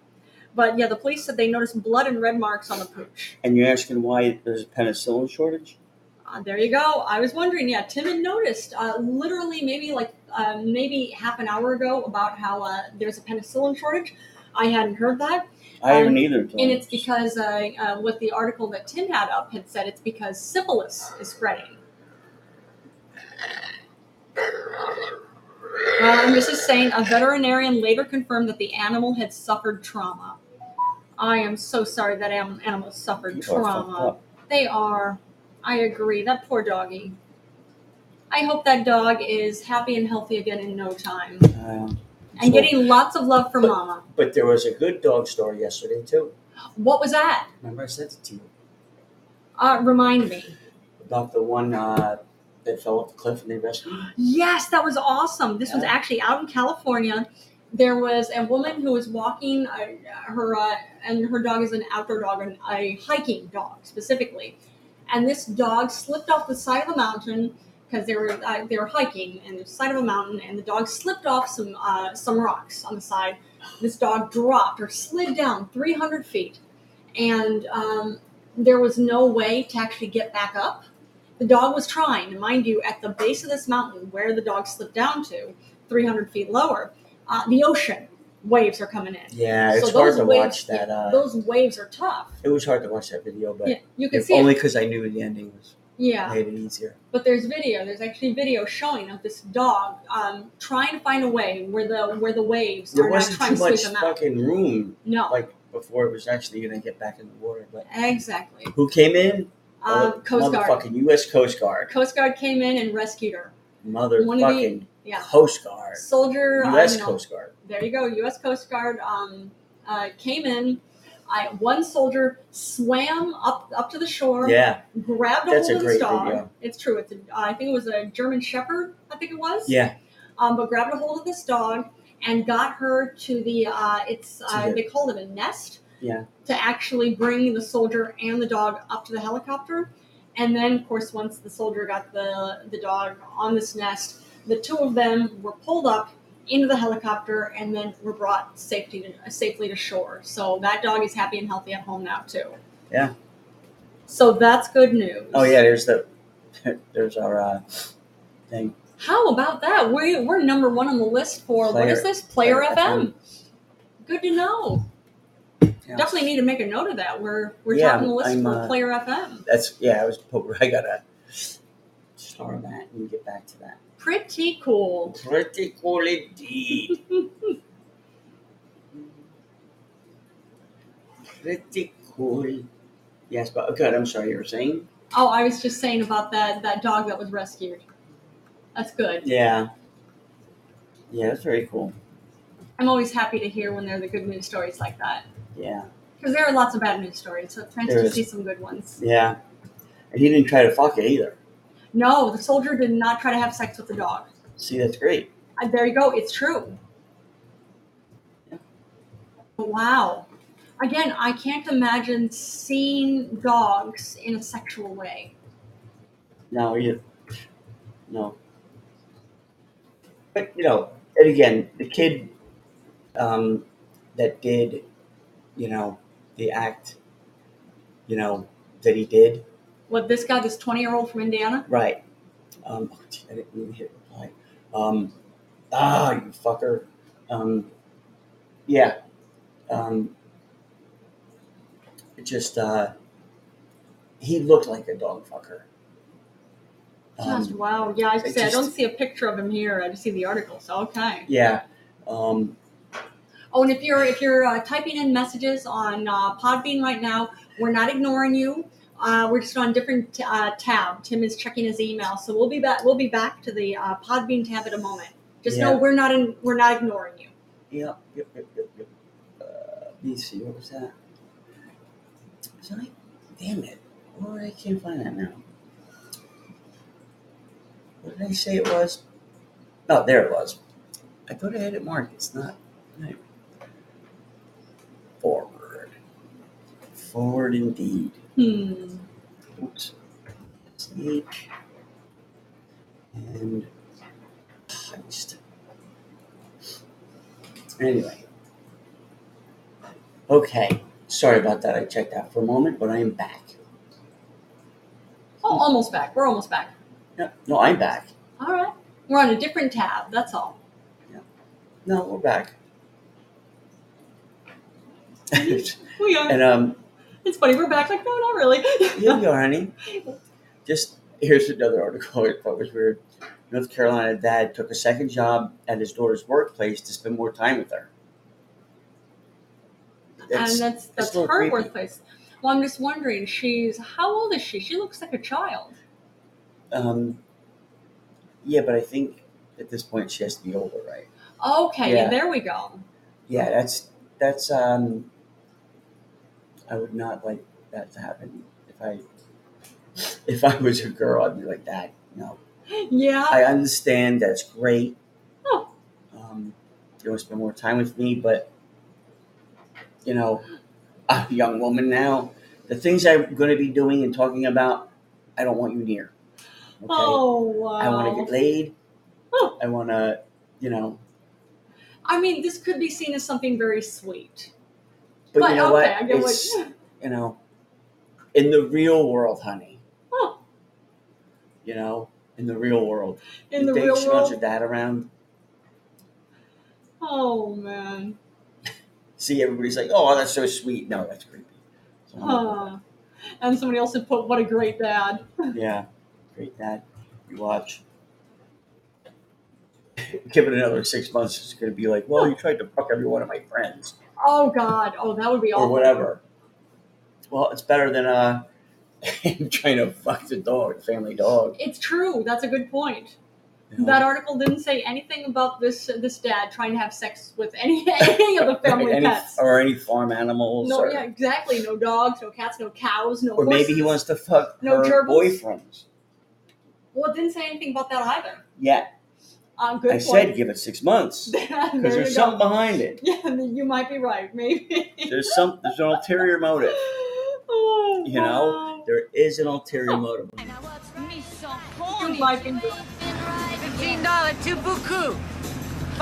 Speaker 1: But yeah, the police said they noticed blood and red marks on the pooch.
Speaker 2: and you're asking why there's a penicillin shortage?
Speaker 1: Uh, there you go. I was wondering. Yeah, Tim had noticed uh, literally maybe like uh, maybe half an hour ago about how uh, there's a penicillin shortage. I hadn't heard that,
Speaker 2: I
Speaker 1: Um,
Speaker 2: haven't either. until-
Speaker 1: and it's because uh, uh, what the article that Tim had up had said it's because syphilis is spreading. Uh, and this is saying a veterinarian later confirmed that the animal had suffered trauma. I am so sorry that am- animal suffered
Speaker 2: People are
Speaker 1: trauma.
Speaker 2: fucked up.
Speaker 1: They are. I agree. That poor doggy. I hope that dog is happy and healthy again in no time
Speaker 2: Um,
Speaker 1: and getting lots of love from mama.
Speaker 2: but there was a good dog story yesterday too.
Speaker 1: What was that?
Speaker 2: Remember I said it to you
Speaker 1: Uh, remind me.
Speaker 2: about the one uh, that fell off the cliff and they rescued. him?
Speaker 1: Yes, that was awesome. This was
Speaker 2: Yeah.
Speaker 1: actually out in California. There was a woman who was walking uh, her, uh, and her dog is an outdoor dog, and a hiking dog specifically. And this dog slipped off the side of the mountain, because they were uh, they were hiking in the side of a mountain, and the dog slipped off some uh, some rocks on the side. This dog dropped or slid down 300 feet, and um, there was no way to actually get back up. The dog was trying, and mind you, at the base of this mountain where the dog slipped down to, 300 feet lower, uh, the ocean waves are coming in.
Speaker 2: Yeah,
Speaker 1: So
Speaker 2: it's hard
Speaker 1: those
Speaker 2: to
Speaker 1: waves-
Speaker 2: watch that. Uh,
Speaker 1: Those waves are tough.
Speaker 2: it was hard to watch that video, but
Speaker 1: Yeah, you can
Speaker 2: if
Speaker 1: see it.
Speaker 2: only because I knew the ending was
Speaker 1: Yeah.
Speaker 2: made it easier.
Speaker 1: But there's video. There's actually video showing of this dog um, trying to find a way where the where the waves
Speaker 2: There
Speaker 1: are not
Speaker 2: wasn't
Speaker 1: trying
Speaker 2: too
Speaker 1: to sweep
Speaker 2: much
Speaker 1: them out.
Speaker 2: fucking room
Speaker 1: No,
Speaker 2: like before it was actually gonna get back in the water. But
Speaker 1: exactly.
Speaker 2: who came in? Oh,
Speaker 1: Um, Coast Guard.
Speaker 2: motherfucking U.S. Coast Guard.
Speaker 1: Coast Guard came in and rescued her. One of the-
Speaker 2: Motherfucking
Speaker 1: yeah.
Speaker 2: Coast Guard.
Speaker 1: Soldier. I
Speaker 2: U.S.
Speaker 1: don't know.
Speaker 2: Coast Guard.
Speaker 1: There you go. U.S. Coast Guard um, uh, came in. I, one soldier swam up up to the shore,
Speaker 2: Yeah,
Speaker 1: grabbed a
Speaker 2: That's a
Speaker 1: hold of
Speaker 2: great
Speaker 1: this dog.
Speaker 2: video.
Speaker 1: It's true. It's a, I think it was a German Shepherd. I think it was.
Speaker 2: yeah.
Speaker 1: um, but grabbed a hold of this dog and got her to the uh, it's uh,
Speaker 2: To the-
Speaker 1: they called it a nest
Speaker 2: Yeah.
Speaker 1: to actually bring the soldier and the dog up to the helicopter and then of course once the soldier got the the dog on this nest the two of them were pulled up into the helicopter and then were brought safety to, safely to shore so that dog is happy and healthy at home now too
Speaker 2: Yeah.
Speaker 1: so that's good news
Speaker 2: Oh yeah, there's the there's our uh, thing.
Speaker 1: How about that? We, we're number one on the list for what is
Speaker 2: Player-
Speaker 1: this? Player,
Speaker 2: Player
Speaker 1: FM. Good to know.
Speaker 2: Yeah.
Speaker 1: Definitely need to make a note of that. We're we're
Speaker 2: Yeah,
Speaker 1: top of the list
Speaker 2: I'm,
Speaker 1: for
Speaker 2: uh,
Speaker 1: Player FM.
Speaker 2: That's yeah. I was I gotta star that and get back to that.
Speaker 1: Pretty cool.
Speaker 2: Pretty cool indeed. Pretty cool. Yes, but oh, good. I'm sorry. You were saying.
Speaker 1: Oh, I was just saying about that that dog that was rescued. That's good.
Speaker 2: Yeah. Yeah, that's very cool.
Speaker 1: I'm always happy to hear when there are the good news stories like that
Speaker 2: Yeah.
Speaker 1: because there are lots of bad news stories. So it's nice
Speaker 2: There
Speaker 1: to
Speaker 2: is.
Speaker 1: see some good ones.
Speaker 2: Yeah. And he didn't try to fuck it either.
Speaker 1: No, the soldier did not try to have sex with the dog.
Speaker 2: See, that's great.
Speaker 1: Uh, there you go. It's true.
Speaker 2: Yeah.
Speaker 1: Wow. Again, I can't imagine seeing dogs in a sexual way.
Speaker 2: No, you. No. But you know, and again, the kid um, that did, you know, the act, you know, that he did.
Speaker 1: What this guy, this twenty-year-old from Indiana?
Speaker 2: Right. Um, oh, gee, I didn't really hit reply. Um, ah, you fucker. Um, yeah. Um, it just, uh, he looked like a dog fucker.
Speaker 1: Just
Speaker 2: Um,
Speaker 1: wow. Yeah, I, was gonna
Speaker 2: it
Speaker 1: say, I don't
Speaker 2: just-
Speaker 1: see a picture of him here. I just see the article. So okay.
Speaker 2: yeah. Um,
Speaker 1: Oh, and if you're if you're uh, typing in messages on uh, Podbean right now, we're not ignoring you. Uh, we're just on different uh, tab. Tim is checking his email, so we'll be back. We'll be back to the uh, Podbean tab in a moment. Just know
Speaker 2: Yeah.
Speaker 1: we're not in, we're not ignoring you.
Speaker 2: Yep, yep, yep, yep, yep. Uh, let me see, what was that? Was I? Damn it. Oh, I can't find that now. What did I say it was? Oh, there it was. I thought I had it marked. It's not. no. Forward. Forward indeed.
Speaker 1: Hmm.
Speaker 2: Oops. Snake. And heist. Anyway. Okay. Sorry about that. I checked out for a moment, but I am back.
Speaker 1: Oh, almost back. We're almost back.
Speaker 2: No, no, I'm back.
Speaker 1: All right. We're on a different tab. That's all.
Speaker 2: No, we're back. and
Speaker 1: We are.
Speaker 2: um,
Speaker 1: Oh, It's funny. We're back. Like no, not really.
Speaker 2: Here you go, honey. Just here's another article I thought was weird. North Carolina dad took a second job at his daughter's workplace to spend more time with her.
Speaker 1: and
Speaker 2: It's-
Speaker 1: that's that's
Speaker 2: a little
Speaker 1: her
Speaker 2: creepy.
Speaker 1: workplace. Well, I'm just wondering. She's how old is she? She looks like a child.
Speaker 2: um, yeah, but I think at this point she has to be older, right?
Speaker 1: Okay,
Speaker 2: Yeah.
Speaker 1: there we go.
Speaker 2: Yeah, that's that's. Um, I would not like that to happen if I if I was a girl. I'd be like that. No,
Speaker 1: Yeah.
Speaker 2: I understand that's great.
Speaker 1: Oh.
Speaker 2: Um, you want to spend more time with me, but you know, I'm a young woman now. The things I'm going to be doing and talking about, I don't want you near. Okay.
Speaker 1: Oh, wow.
Speaker 2: I want to get laid.
Speaker 1: Oh.
Speaker 2: I want to, you know.
Speaker 1: I mean, this could be seen as something very sweet.
Speaker 2: But, you know
Speaker 1: okay,
Speaker 2: what?
Speaker 1: I get
Speaker 2: it's,
Speaker 1: what.
Speaker 2: you know, in the real world, honey.
Speaker 1: Oh.
Speaker 2: You know, in the real world.
Speaker 1: In
Speaker 2: you
Speaker 1: the
Speaker 2: think
Speaker 1: real
Speaker 2: she
Speaker 1: world.
Speaker 2: wants your dad around?
Speaker 1: Oh, man.
Speaker 2: See, everybody's like, oh, that's so sweet. No, that's creepy. So,
Speaker 1: Oh. And somebody else had put, what a great dad.
Speaker 2: Yeah. Great dad. You watch. Give it another six months, it's going to be like, well, you tried to fuck every one of my friends.
Speaker 1: Oh, God. Oh, that would be awful.
Speaker 2: or whatever. Well, it's better than uh, trying to fuck the dog, family dog.
Speaker 1: It's true. That's a good point.
Speaker 2: you know?
Speaker 1: That article didn't say anything about this this dad trying to have sex with any any of the family
Speaker 2: any,
Speaker 1: pets.
Speaker 2: or any farm animals,
Speaker 1: No,
Speaker 2: or,
Speaker 1: yeah, exactly. No dogs, no cats, no cows, no
Speaker 2: or maybe he
Speaker 1: horses.
Speaker 2: wants to fuck
Speaker 1: No
Speaker 2: her
Speaker 1: gerbils?
Speaker 2: boyfriends.
Speaker 1: Well, it didn't say anything about that either.
Speaker 2: Yeah,
Speaker 1: Uh, good
Speaker 2: I
Speaker 1: point.
Speaker 2: said give it six months
Speaker 1: because
Speaker 2: because there's something behind it.
Speaker 1: Yeah, you might be right. Maybe.
Speaker 2: There's some there's an ulterior motive.
Speaker 1: oh,
Speaker 2: You know?
Speaker 1: wow.
Speaker 2: There is an ulterior motive.
Speaker 4: Me so
Speaker 1: You
Speaker 4: horny.
Speaker 1: might be right.
Speaker 5: Fifteen dollar to buku.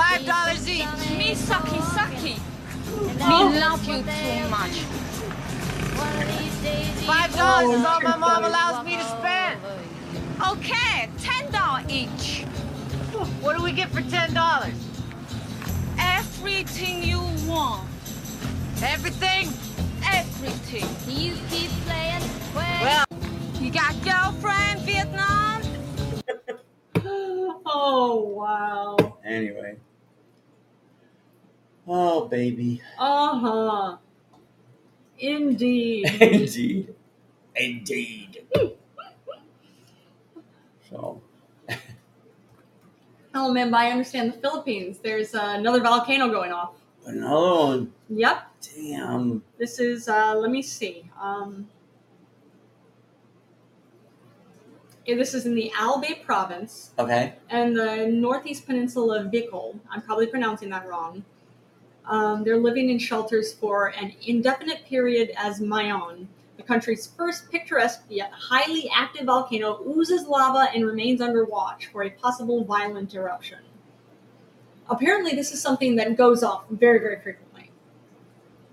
Speaker 5: Five dollars each. Oh.
Speaker 4: Me sucky sucky. Me love you too much.
Speaker 5: Five dollars is all my mom allows me to spend.
Speaker 4: Okay, ten dollar each.
Speaker 5: What do we get for ten dollars?
Speaker 4: Everything you want.
Speaker 5: Everything.
Speaker 4: Everything.
Speaker 6: You keep playing.
Speaker 5: Well,
Speaker 4: You got girlfriend, Vietnam?
Speaker 1: Oh wow.
Speaker 2: Anyway. Oh baby.
Speaker 1: Uh huh. Indeed.
Speaker 2: Indeed. Indeed. so
Speaker 1: oh man, but I understand the Philippines. There's uh, another volcano going off.
Speaker 2: another one.
Speaker 1: Yep.
Speaker 2: Damn.
Speaker 1: This is, uh, let me see. Um, yeah, this is in the Albay province
Speaker 2: Okay.
Speaker 1: and the northeast peninsula of Bicol. I'm probably pronouncing that wrong. Um, they're living in shelters for an indefinite period as Mayon. The country's first picturesque yet highly active volcano oozes lava and remains under watch for a possible violent eruption. Apparently, this is something that goes off very, very frequently.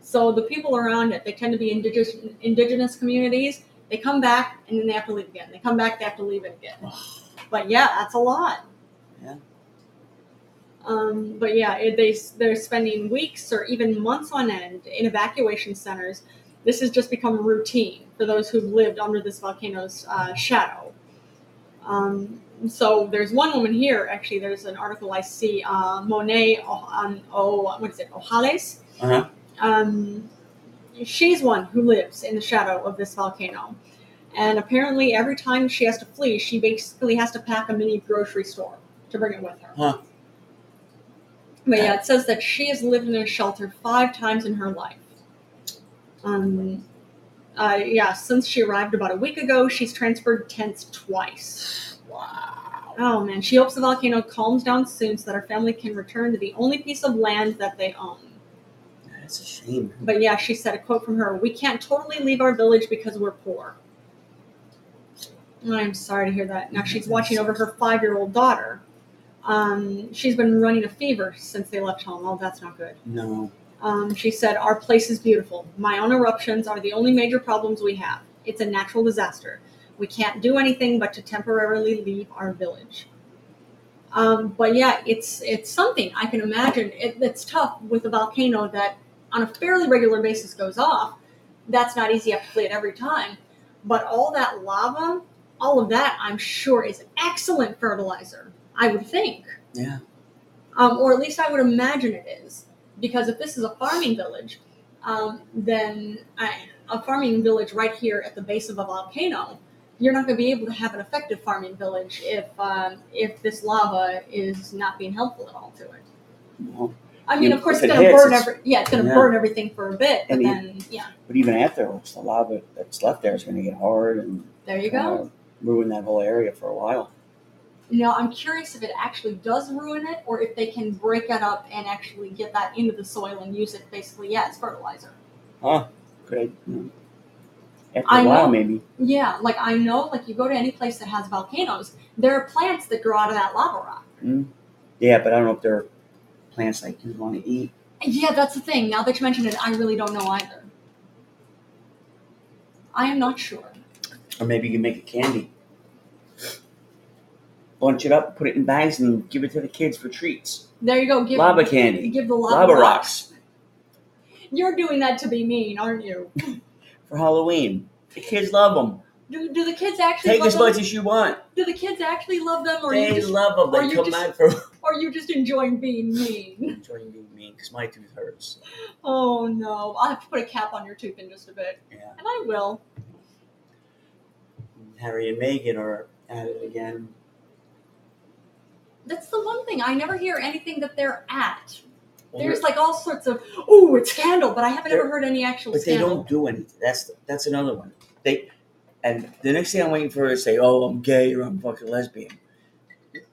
Speaker 1: So the people around it, they tend to be indigenous, indigenous communities. They come back and then they have to leave again. They come back, they have to leave it again. But yeah, that's a lot.
Speaker 2: Yeah.
Speaker 1: Um, but yeah, it, they they're spending weeks or even months on end in evacuation centers. This has just become routine for those who've lived under this volcano's uh, shadow. Um, so there's one woman here. Actually, there's an article I see. Uh, Monet, oh, um, oh, what is it? Ojales.
Speaker 2: Uh-huh.
Speaker 1: Um, she's one who lives in the shadow of this volcano. And apparently, every time she has to flee, she basically has to pack a mini grocery store to bring it with her.
Speaker 2: Huh.
Speaker 1: But yeah, it says that she has lived in a shelter five times in her life. Um, uh, yeah, since she arrived about a week ago, she's transferred tents twice. Wow. Oh man, she hopes the volcano calms down soon so that her family can return to the only piece of land that they own.
Speaker 2: That's a shame.
Speaker 1: But yeah, she said a quote from her We can't totally leave our village because we're poor. I'm sorry to hear that. Now she's watching over her five year old daughter. Um, she's been running a fever since they left home. Oh, that's not good.
Speaker 2: No.
Speaker 1: Um, she said, Our place is beautiful. My own eruptions are the only major problems we have. It's a natural disaster. We can't do anything but to temporarily leave our village. Um, but yeah, it's it's something I can imagine. It, it's tough with a volcano that on a fairly regular basis goes off. That's not easy. You have to flee it every time. But all that lava, all of that, I'm sure is excellent fertilizer. I would think
Speaker 2: Yeah.
Speaker 1: um, or at least I would imagine it is. Because if this is a farming village, um, then I, a farming village right here at the base of a volcano, you're not going to be able to have an effective farming village if um, if this lava is not being helpful at all to it.
Speaker 2: Well,
Speaker 1: I mean,
Speaker 2: Yeah,
Speaker 1: of course,
Speaker 2: if
Speaker 1: it's
Speaker 2: it
Speaker 1: going to
Speaker 2: hits,
Speaker 1: burn
Speaker 2: it's-
Speaker 1: every yeah, it's going to
Speaker 2: yeah.
Speaker 1: burn everything for a bit, but
Speaker 2: And you-
Speaker 1: then yeah,
Speaker 2: but even afterwards, the lava that's left there is going to get hard and
Speaker 1: there you go.
Speaker 2: uh, ruin that whole area for a while.
Speaker 1: Now, I'm curious if it actually does ruin it or if they can break that up and actually get that into the soil and use it basically, yeah, as fertilizer.
Speaker 2: Huh. Great. Mm. After
Speaker 1: I
Speaker 2: a while,
Speaker 1: know.
Speaker 2: maybe.
Speaker 1: Yeah, like I know, like you go to any place that has volcanoes, there are plants that grow out of that lava rock.
Speaker 2: Yeah, but I don't know if there are plants like you want to eat.
Speaker 1: Yeah, that's the thing. Now that you mention it, I really don't know either. I am not sure.
Speaker 2: Or maybe you can make a candy. Bunch it up, put it in bags, and give it to the kids for treats.
Speaker 1: There you go. Give
Speaker 2: Lava candy.
Speaker 1: Give the lava,
Speaker 2: Lava
Speaker 1: rock.
Speaker 2: rocks
Speaker 1: You're doing that to be mean, aren't you?
Speaker 2: for Halloween. The kids love them.
Speaker 1: Do, do the kids actually
Speaker 2: Take
Speaker 1: love
Speaker 2: as
Speaker 1: them?
Speaker 2: much as you want.
Speaker 1: Do the kids actually love them, or you
Speaker 2: They
Speaker 1: just
Speaker 2: love
Speaker 1: or
Speaker 2: them. They
Speaker 1: you
Speaker 2: come
Speaker 1: just-
Speaker 2: back for
Speaker 1: or you just enjoying being mean?
Speaker 2: enjoying being mean because my tooth hurts.
Speaker 1: Oh no! I'll have to put a cap on your tooth in just a bit,
Speaker 2: Yeah.
Speaker 1: and I will.
Speaker 2: Harry and Megan are at it again.
Speaker 1: That's the one thing I never hear anything that they're at.
Speaker 2: Well,
Speaker 1: There's like all sorts of ooh, it's scandal, but I haven't ever
Speaker 2: They're-
Speaker 1: heard any actual
Speaker 2: but they
Speaker 1: scandal.
Speaker 2: don't do anything. That's that's another one. They and the next thing I'm waiting for her to say, "Oh, I'm gay or I'm fucking lesbian."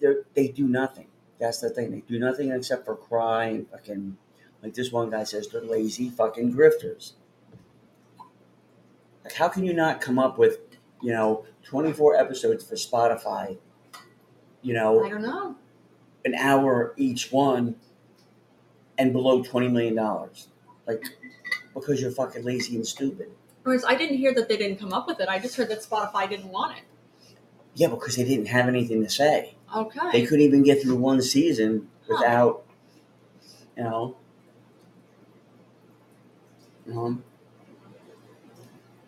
Speaker 2: They're, they do nothing. That's the thing. They do nothing except for cry and fucking. Like this one guy says, they're lazy fucking grifters. Like, how can you not come up with, you know, 24 episodes for Spotify? You know,
Speaker 1: I don't know.
Speaker 2: an hour each one and below $20 million. Like, because you're fucking lazy and stupid.
Speaker 1: Whereas I didn't hear that they didn't come up with it. I just heard that Spotify didn't want it.
Speaker 2: Yeah, because they didn't have anything to say.
Speaker 1: Okay.
Speaker 2: They couldn't even get through one season
Speaker 1: Huh.
Speaker 2: without, you know. Um,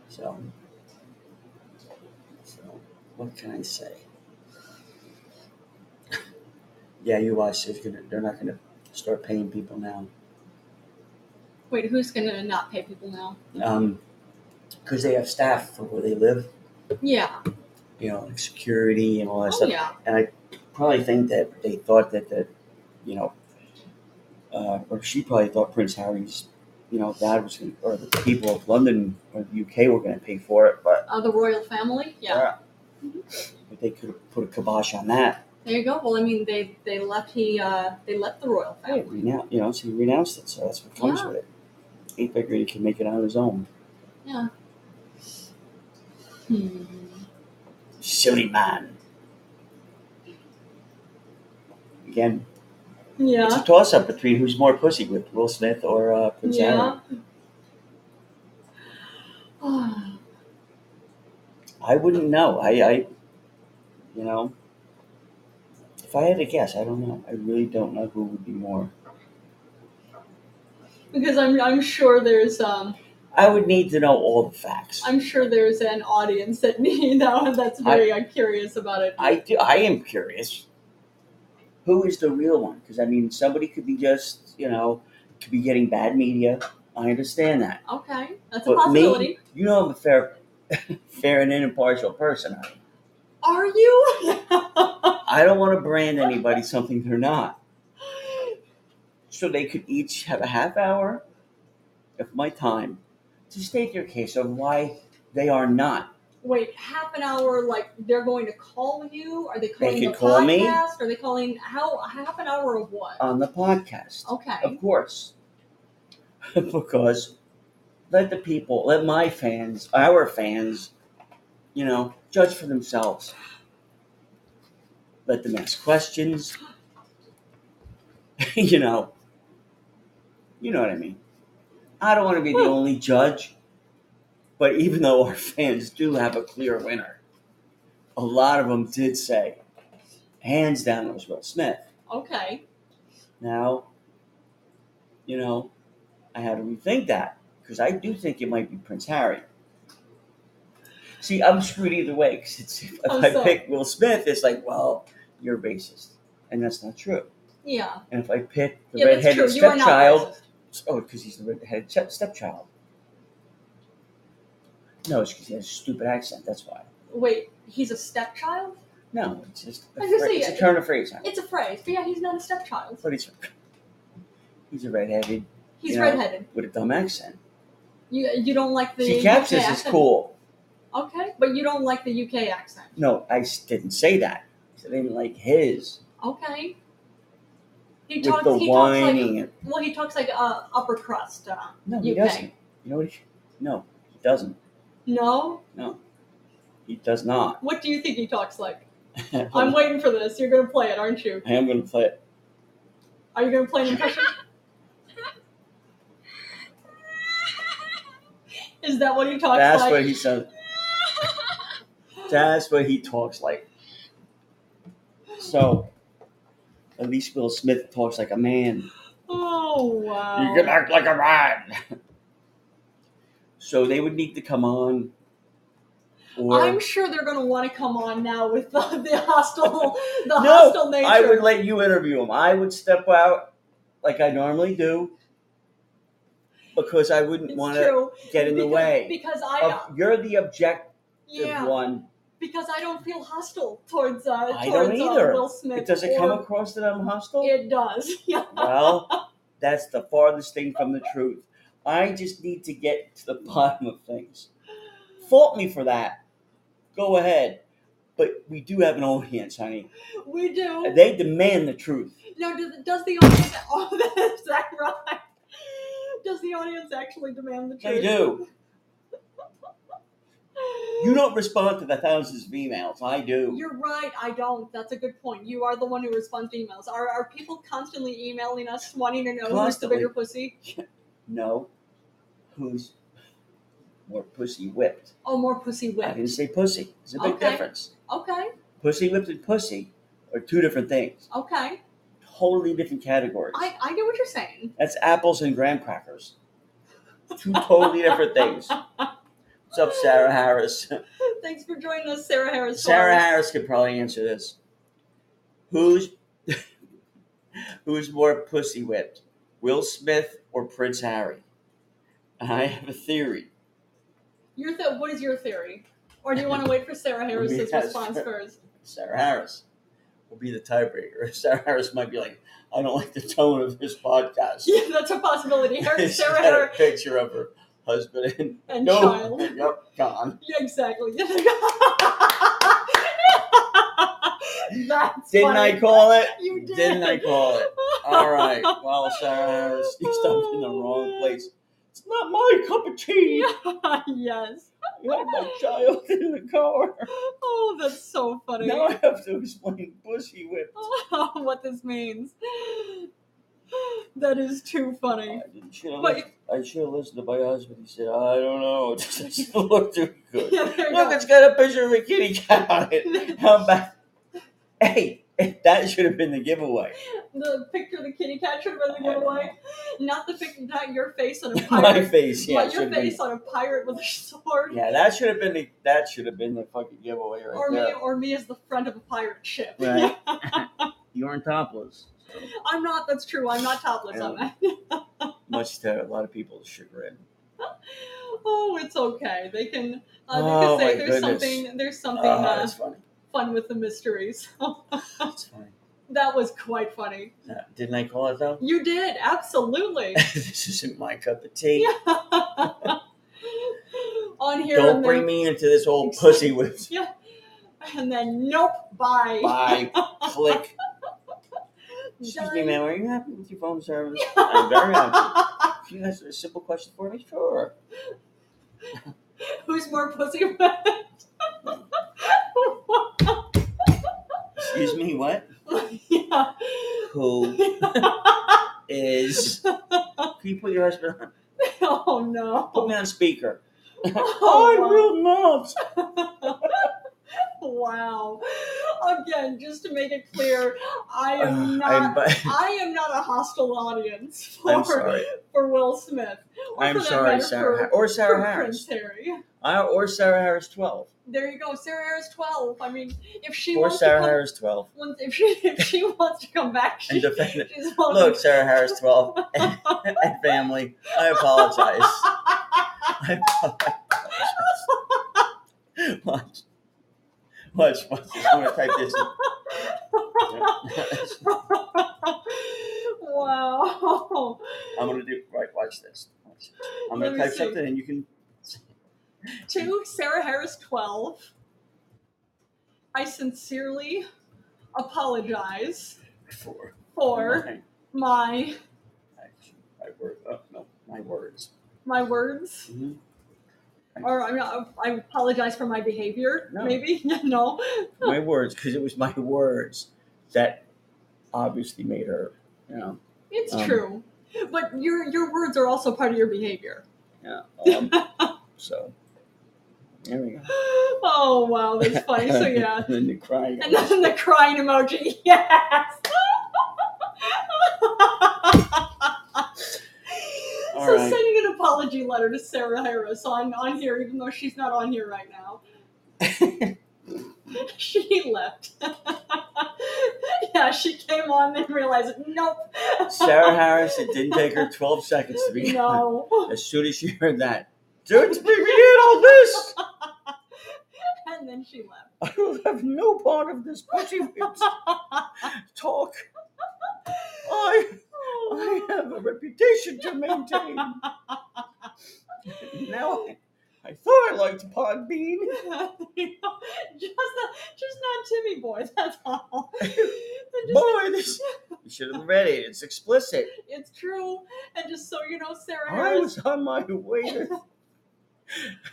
Speaker 2: so, so, what can I say? yeah, you watch. They're, gonna, they're not going to start paying people now.
Speaker 1: Wait, who's gonna not pay people now?
Speaker 2: um, because they have staff for where they live,
Speaker 1: Yeah.
Speaker 2: you know, like security and all that
Speaker 1: Oh
Speaker 2: stuff.
Speaker 1: yeah.
Speaker 2: Probably think that they thought that the, you know, uh, or she probably thought Prince Harry's, you know, dad was gonna, or the people of London or the UK were going to pay for it, but
Speaker 1: Uh, the royal family. Yeah.
Speaker 2: but they could have put a kibosh on that.
Speaker 1: There you go. Well, I mean, they they left he uh they left the royal
Speaker 2: Hey,
Speaker 1: family.
Speaker 2: renou- you know, so he renounced it. So that's what comes
Speaker 1: Yeah.
Speaker 2: with it. He figured he could make it on his own.
Speaker 1: Yeah. Hmm.
Speaker 2: Silly man. Again, It's
Speaker 1: Yeah.
Speaker 2: a toss up between who's more pussy with Will Smith or uh, Prince Harry.
Speaker 1: Yeah.
Speaker 2: I wouldn't know. I, I, you know, if I had to guess, I don't know. I really don't know who would be more.
Speaker 1: because I'm I'm sure there's um
Speaker 2: I would need to know all the facts.
Speaker 1: I'm sure there's an audience that need that that's very uh, curious about it.
Speaker 2: I do. I am curious. Who is the real one? Because I mean, somebody could be just you know could be getting bad media. I understand that.
Speaker 1: Okay, that's a
Speaker 2: But me-
Speaker 1: possibility.
Speaker 2: You know, I'm a fair, fair and impartial person. I am.
Speaker 1: Are you?
Speaker 2: I don't want to brand anybody something they're not. So they could each have a half hour of my time to state their case of why they are not.
Speaker 1: Wait, half an hour? Like they're going to call you? Are they calling
Speaker 2: could
Speaker 1: the
Speaker 2: call
Speaker 1: podcast?
Speaker 2: me.
Speaker 1: Are they calling how half an hour of what?
Speaker 2: on the podcast.
Speaker 1: okay.
Speaker 2: Of course. because let the people, let my fans, our fans, you know, judge for themselves. Let them ask questions. you know, you know what I mean. I don't want to be the only judge, but even though our fans do have a clear winner, a lot of them did say, hands down, it was Will Smith.
Speaker 1: Okay.
Speaker 2: Now, you know, I had to rethink that because I do think it might be Prince Harry. See, I'm screwed either way because it's if
Speaker 1: Oh,
Speaker 2: I
Speaker 1: so-
Speaker 2: pick Will Smith, it's like, well, you're racist, and that's not true.
Speaker 1: Yeah.
Speaker 2: And if I pick the
Speaker 1: yeah, that's
Speaker 2: redheaded
Speaker 1: true. You are not
Speaker 2: stepchild,
Speaker 1: racist.
Speaker 2: it's- oh, because he's the redheaded step- stepchild. No, it's because he has a stupid accent. That's why.
Speaker 1: Wait, he's a stepchild?
Speaker 2: No, it's just a,
Speaker 1: I was gonna
Speaker 2: phra-
Speaker 1: say,
Speaker 2: it's a
Speaker 1: I-
Speaker 2: turn of phrase.
Speaker 1: It's a phrase, but yeah, he's not a stepchild.
Speaker 2: But he's he's a redheaded
Speaker 1: He's
Speaker 2: Yeah.
Speaker 1: redheaded.
Speaker 2: with a dumb accent.
Speaker 1: You you don't like the
Speaker 2: See,
Speaker 1: UK
Speaker 2: Capsis is
Speaker 1: accent?
Speaker 2: cool.
Speaker 1: Okay, but you don't like the UK accent.
Speaker 2: No, I s- didn't say that. I didn't like his
Speaker 1: Okay. He
Speaker 2: with
Speaker 1: talks.
Speaker 2: the
Speaker 1: he talks like
Speaker 2: whining. and-
Speaker 1: well, he talks like uh, upper crust. Uh,
Speaker 2: no, he
Speaker 1: UK.
Speaker 2: doesn't. You know what? He, no, he doesn't.
Speaker 1: No?
Speaker 2: He does not.
Speaker 1: What do you think he talks like? I'm
Speaker 2: I'm,
Speaker 1: waiting for this. You're going to play it, aren't you?
Speaker 2: I am going to play it.
Speaker 1: Are you going to play an impression? Is that what he talks
Speaker 2: That's
Speaker 1: like?
Speaker 2: what he says. That's what he talks like. So, at least Will Smith talks like a man.
Speaker 1: oh, wow.
Speaker 3: You can act like a man.
Speaker 2: So they would need to come on. Or
Speaker 1: I'm sure they're going to want to come on now with the, the hostile, the
Speaker 2: No,
Speaker 1: hostile nature.
Speaker 2: I would let you interview him. I would step out like I normally do because I wouldn't
Speaker 1: It's
Speaker 2: want to
Speaker 1: true.
Speaker 2: get in the
Speaker 1: Because-
Speaker 2: way.
Speaker 1: Because I, uh,
Speaker 2: Of, you're the objective
Speaker 1: yeah,
Speaker 2: one.
Speaker 1: because I don't feel hostile towards uh,
Speaker 2: I
Speaker 1: towards
Speaker 2: don't
Speaker 1: uh,
Speaker 2: either.
Speaker 1: Will Smith.
Speaker 2: It does
Speaker 1: or-
Speaker 2: it come across that I'm hostile?
Speaker 1: It does. Yeah.
Speaker 2: well, that's the farthest thing from the truth. I just need to get to the bottom of things. Fault me for that. Go ahead. But we do have an audience, honey.
Speaker 1: We do.
Speaker 2: They demand the truth.
Speaker 1: No, does, does the audience? Oh, that's that right. Does the audience actually demand the truth?
Speaker 2: They do. You don't respond to the thousands of emails. I do.
Speaker 1: You're right. I don't. That's a good point. You are the one who responds to emails. Are are people constantly emailing us wanting to know who's the
Speaker 2: Constantly.
Speaker 1: bigger pussy?
Speaker 2: No. Who's more pussy whipped?
Speaker 1: Oh, more pussy
Speaker 2: I
Speaker 1: whip.
Speaker 2: didn't say pussy. There's a big
Speaker 1: Okay.
Speaker 2: difference.
Speaker 1: Okay.
Speaker 2: Pussy whipped and pussy are two different things.
Speaker 1: Okay.
Speaker 2: Totally different categories.
Speaker 1: I I get what you're saying.
Speaker 2: That's apples and graham crackers. Two totally different things. What's up, Sarah Harris?
Speaker 1: Thanks for joining us, Sarah Harris.
Speaker 2: Sarah
Speaker 1: Torres.
Speaker 2: Harris could probably answer this. Who's who's more pussy whipped, Will Smith or Prince Harry? I have a theory.
Speaker 1: Your th- what is your theory? Or do you want to wait for Sarah Harris's
Speaker 2: Yes.
Speaker 1: response first?
Speaker 2: Sarah Harris will be the tiebreaker. Sarah Harris might be like, I don't like the tone of this podcast.
Speaker 1: Yeah, that's a possibility. Her,
Speaker 2: She's
Speaker 1: Sarah
Speaker 2: got a
Speaker 1: Harris
Speaker 2: picture of her husband and
Speaker 1: and
Speaker 2: no,
Speaker 1: child.
Speaker 2: yep, gone.
Speaker 1: Yeah, exactly. that's
Speaker 2: Didn't
Speaker 1: funny.
Speaker 2: I call it?
Speaker 1: You did.
Speaker 2: Didn't I call it? All right. Well, Sarah Harris, you stepped in the wrong place. It's not my cup of tea.
Speaker 1: yes.
Speaker 2: You had my child in the car.
Speaker 1: Oh, that's so funny. Oh,
Speaker 2: Now I have to explain pussy whip.
Speaker 1: what this means. That is too
Speaker 2: I
Speaker 1: funny.
Speaker 2: should have
Speaker 1: But,
Speaker 2: listened to my husband. He said, I don't know. It just doesn't look too good.
Speaker 1: yeah, there you
Speaker 2: Look,
Speaker 1: go.
Speaker 2: it's got a picture of a kitty cat on it. How about? Hey, that should have been the giveaway.
Speaker 1: the picture of the kitty cat should have been
Speaker 2: I
Speaker 1: the
Speaker 2: don't
Speaker 1: giveaway. Not the pic, not your face on a
Speaker 2: My
Speaker 1: pirate.
Speaker 2: face, yeah,
Speaker 1: not
Speaker 2: should
Speaker 1: your
Speaker 2: have been.
Speaker 1: face on a pirate with a sword.
Speaker 2: Yeah, that should have been the that should have been the fucking giveaway right
Speaker 1: or
Speaker 2: there.
Speaker 1: me, or me as the front of a pirate ship.
Speaker 2: Right. You aren't topless.
Speaker 1: I'm not. That's true. I'm not topless on that.
Speaker 2: Much to a lot of people's chagrin.
Speaker 1: Oh, it's okay. They can. Uh, they
Speaker 2: Oh,
Speaker 1: can say
Speaker 2: my
Speaker 1: there's
Speaker 2: goodness.
Speaker 1: something. There's something
Speaker 2: Ah,
Speaker 1: uh,
Speaker 2: that's funny.
Speaker 1: fun with the mysteries.
Speaker 2: That's funny.
Speaker 1: that was quite funny.
Speaker 2: Uh, didn't I call it though?
Speaker 1: You did absolutely.
Speaker 2: this isn't my cup of tea.
Speaker 1: on here
Speaker 2: Don't
Speaker 1: and
Speaker 2: bring
Speaker 1: then,
Speaker 2: me into this old pussy whip.
Speaker 1: and then nope. Bye.
Speaker 2: Bye. Click. Excuse me,
Speaker 1: Done.
Speaker 2: ma'am. Are you happy with your phone service? I'm very happy. Can you answer a simple question for me? Sure.
Speaker 1: Who's more pussy?
Speaker 2: Excuse me. What?
Speaker 1: yeah.
Speaker 2: Who is? Can you put your husband on?
Speaker 1: Oh no.
Speaker 2: Put me on speaker.
Speaker 1: Oh, wow.
Speaker 2: not.
Speaker 1: Wow. Again, just to make it clear, I am
Speaker 2: Uh,
Speaker 1: not.
Speaker 2: I'm, but,
Speaker 1: I am not a hostile audience
Speaker 2: I'm
Speaker 1: for,
Speaker 2: sorry.
Speaker 1: for Will Smith. Or
Speaker 2: I'm
Speaker 1: for that
Speaker 2: sorry,
Speaker 1: matter,
Speaker 2: Sarah.
Speaker 1: for-
Speaker 2: Har- or Sarah
Speaker 1: for
Speaker 2: Harris.
Speaker 1: Prince Harry.
Speaker 2: I, or Sarah Harris 12.
Speaker 1: There you go. Sarah Harris, twelve. I mean, if she
Speaker 2: or
Speaker 1: wants
Speaker 2: Sarah
Speaker 1: to come,
Speaker 2: Harris 12.
Speaker 1: once- if she if she wants to come back, she,
Speaker 2: And defend it.
Speaker 1: she's welcome.
Speaker 2: Look, Sarah Harris 12 and, and family, I apologize. I apologize. Watch. Watch, watch. I'm going to type this in.
Speaker 1: wow.
Speaker 2: I'm going to do, right, watch this. Watch this. I'm
Speaker 1: Let
Speaker 2: going to
Speaker 1: me
Speaker 2: type
Speaker 1: see.
Speaker 2: something and you can,
Speaker 1: To Sarah Harris, twelve. I sincerely apologize
Speaker 2: for
Speaker 1: for
Speaker 2: Oh
Speaker 1: my
Speaker 2: my action, my word, oh, no, my words.
Speaker 1: my words.
Speaker 2: Mhm.
Speaker 1: Or I, mean, I I apologize for my behavior.
Speaker 2: No.
Speaker 1: Maybe no.
Speaker 2: my words, because it was my words that obviously made her, you know,
Speaker 1: It's
Speaker 2: Um,
Speaker 1: true, but your your words are also part of your behavior.
Speaker 2: yeah. Um, so there we go.
Speaker 1: Oh wow, that's funny. So yeah,
Speaker 2: and then the crying.
Speaker 1: and then the crying emoji. Yes.
Speaker 2: All
Speaker 1: so
Speaker 2: right.
Speaker 1: sending an apology letter to Sarah Harris on on here, even though she's not on here right now. she left. yeah, she came on and realized, nope.
Speaker 2: Sarah Harris. It didn't take her 12 seconds to be.
Speaker 1: no.
Speaker 2: As soon as she heard that, don't speak me in all this.
Speaker 1: And then she left.
Speaker 2: I will have no part of this pushy lips talk. I, I have a reputation to maintain. now I, I thought I liked Podbean.
Speaker 1: just the, just not Timmy boy. That's all. And just-
Speaker 2: Boy, this you should have read it. It's explicit.
Speaker 1: it's true. And just so you know, Sarah
Speaker 2: I
Speaker 1: Harris
Speaker 2: was on my way to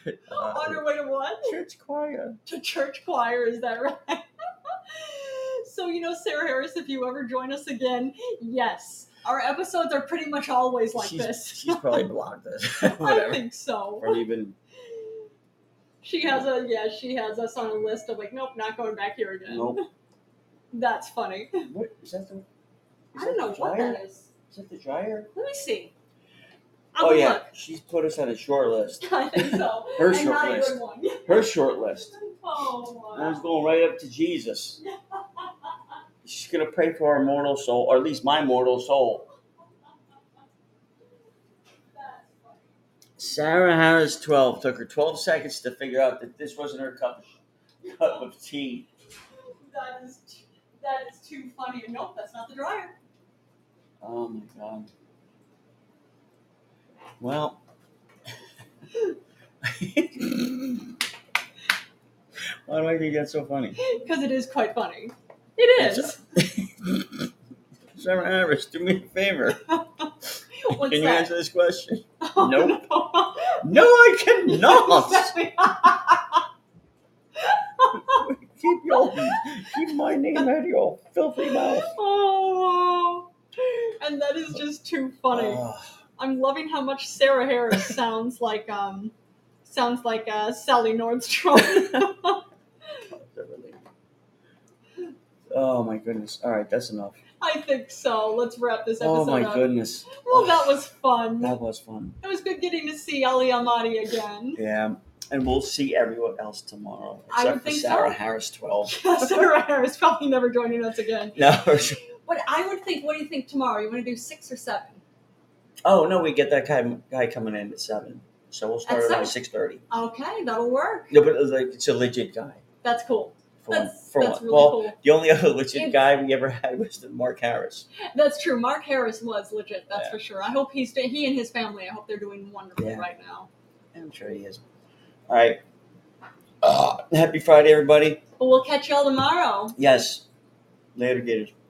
Speaker 1: on
Speaker 2: uh,
Speaker 1: her way to what?
Speaker 2: church choir.
Speaker 1: To church choir. Is that right? so you know, Sarah Harris, if you ever join us again, yes, our episodes are pretty much always like
Speaker 2: she's,
Speaker 1: this.
Speaker 2: she's probably blocked us.
Speaker 1: I
Speaker 2: Whatever.
Speaker 1: think so.
Speaker 2: Or even
Speaker 1: She has a yeah, she has us on a list of like, nope, not going back here again.
Speaker 2: nope.
Speaker 1: That's funny.
Speaker 2: What is that? The, is
Speaker 1: I don't
Speaker 2: that
Speaker 1: know
Speaker 2: the
Speaker 1: what
Speaker 2: dryer?
Speaker 1: that is.
Speaker 2: Is that the dryer?
Speaker 1: Let me see.
Speaker 2: oh
Speaker 1: I'll
Speaker 2: yeah, she's put us on a short list.
Speaker 1: look. I think so.
Speaker 2: Her
Speaker 1: and
Speaker 2: short
Speaker 1: not
Speaker 2: list.
Speaker 1: even one.
Speaker 2: Her short list.
Speaker 1: Oh wow.
Speaker 2: Mine's going right up to Jesus. She's gonna pray for our mortal soul, or at least my mortal soul.
Speaker 1: That's funny.
Speaker 2: Sarah Harris, 12, took her 12 seconds to figure out that this wasn't her cup of, cup of tea.
Speaker 1: That is t- that is too funny. And nope, that's not the dryer.
Speaker 2: Oh my God. Well, why do I think that's so funny?
Speaker 1: Because it is quite funny. It
Speaker 2: It's-
Speaker 1: is.
Speaker 2: Sarah Harris, do me a favor.
Speaker 1: What's
Speaker 2: Can you
Speaker 1: that?
Speaker 2: answer this question?
Speaker 1: Oh,
Speaker 2: Nope.
Speaker 1: no.
Speaker 2: No, I cannot.
Speaker 1: Exactly.
Speaker 2: keep your, keep my name out of your filthy mouth.
Speaker 1: oh wow. And that is just too funny.
Speaker 2: Ah,
Speaker 1: I'm loving how much Sarah Harris sounds like um sounds like uh, Sally Nordstrom.
Speaker 2: they're related. Oh my goodness. All right, that's enough.
Speaker 1: I think so. Let's wrap this episode
Speaker 2: Oh my
Speaker 1: up.
Speaker 2: goodness.
Speaker 1: Well, that was fun.
Speaker 2: That was fun.
Speaker 1: It was good getting to see Ali Amati again.
Speaker 2: Yeah. And we'll see everyone else tomorrow.
Speaker 1: I
Speaker 2: Except
Speaker 1: would
Speaker 2: for
Speaker 1: think so.
Speaker 2: Sarah Harris 12.
Speaker 1: Sarah Harris probably never joining us again.
Speaker 2: No.
Speaker 1: What I would think, what do you think tomorrow? You want to do six or seven?
Speaker 2: Oh no, we get that guy guy coming in at seven. So we'll start
Speaker 1: At
Speaker 2: around
Speaker 1: seven?
Speaker 2: six thirty.
Speaker 1: Okay, that'll work.
Speaker 2: No, but it's like it's a legit guy.
Speaker 1: That's cool.
Speaker 2: For one-
Speaker 1: That's
Speaker 2: for
Speaker 1: that's
Speaker 2: one.
Speaker 1: really
Speaker 2: well,
Speaker 1: cool.
Speaker 2: the only other legit
Speaker 1: It's-
Speaker 2: guy we ever had was the Mark Harris.
Speaker 1: That's true. Mark Harris was legit. That's
Speaker 2: Yeah.
Speaker 1: for sure. I hope he's he and his family. I hope they're doing wonderful
Speaker 2: Yeah.
Speaker 1: right now.
Speaker 2: I'm sure he is. All right. Ah, happy Friday, everybody.
Speaker 1: But we'll catch y'all tomorrow.
Speaker 2: Yes. Later, Gators.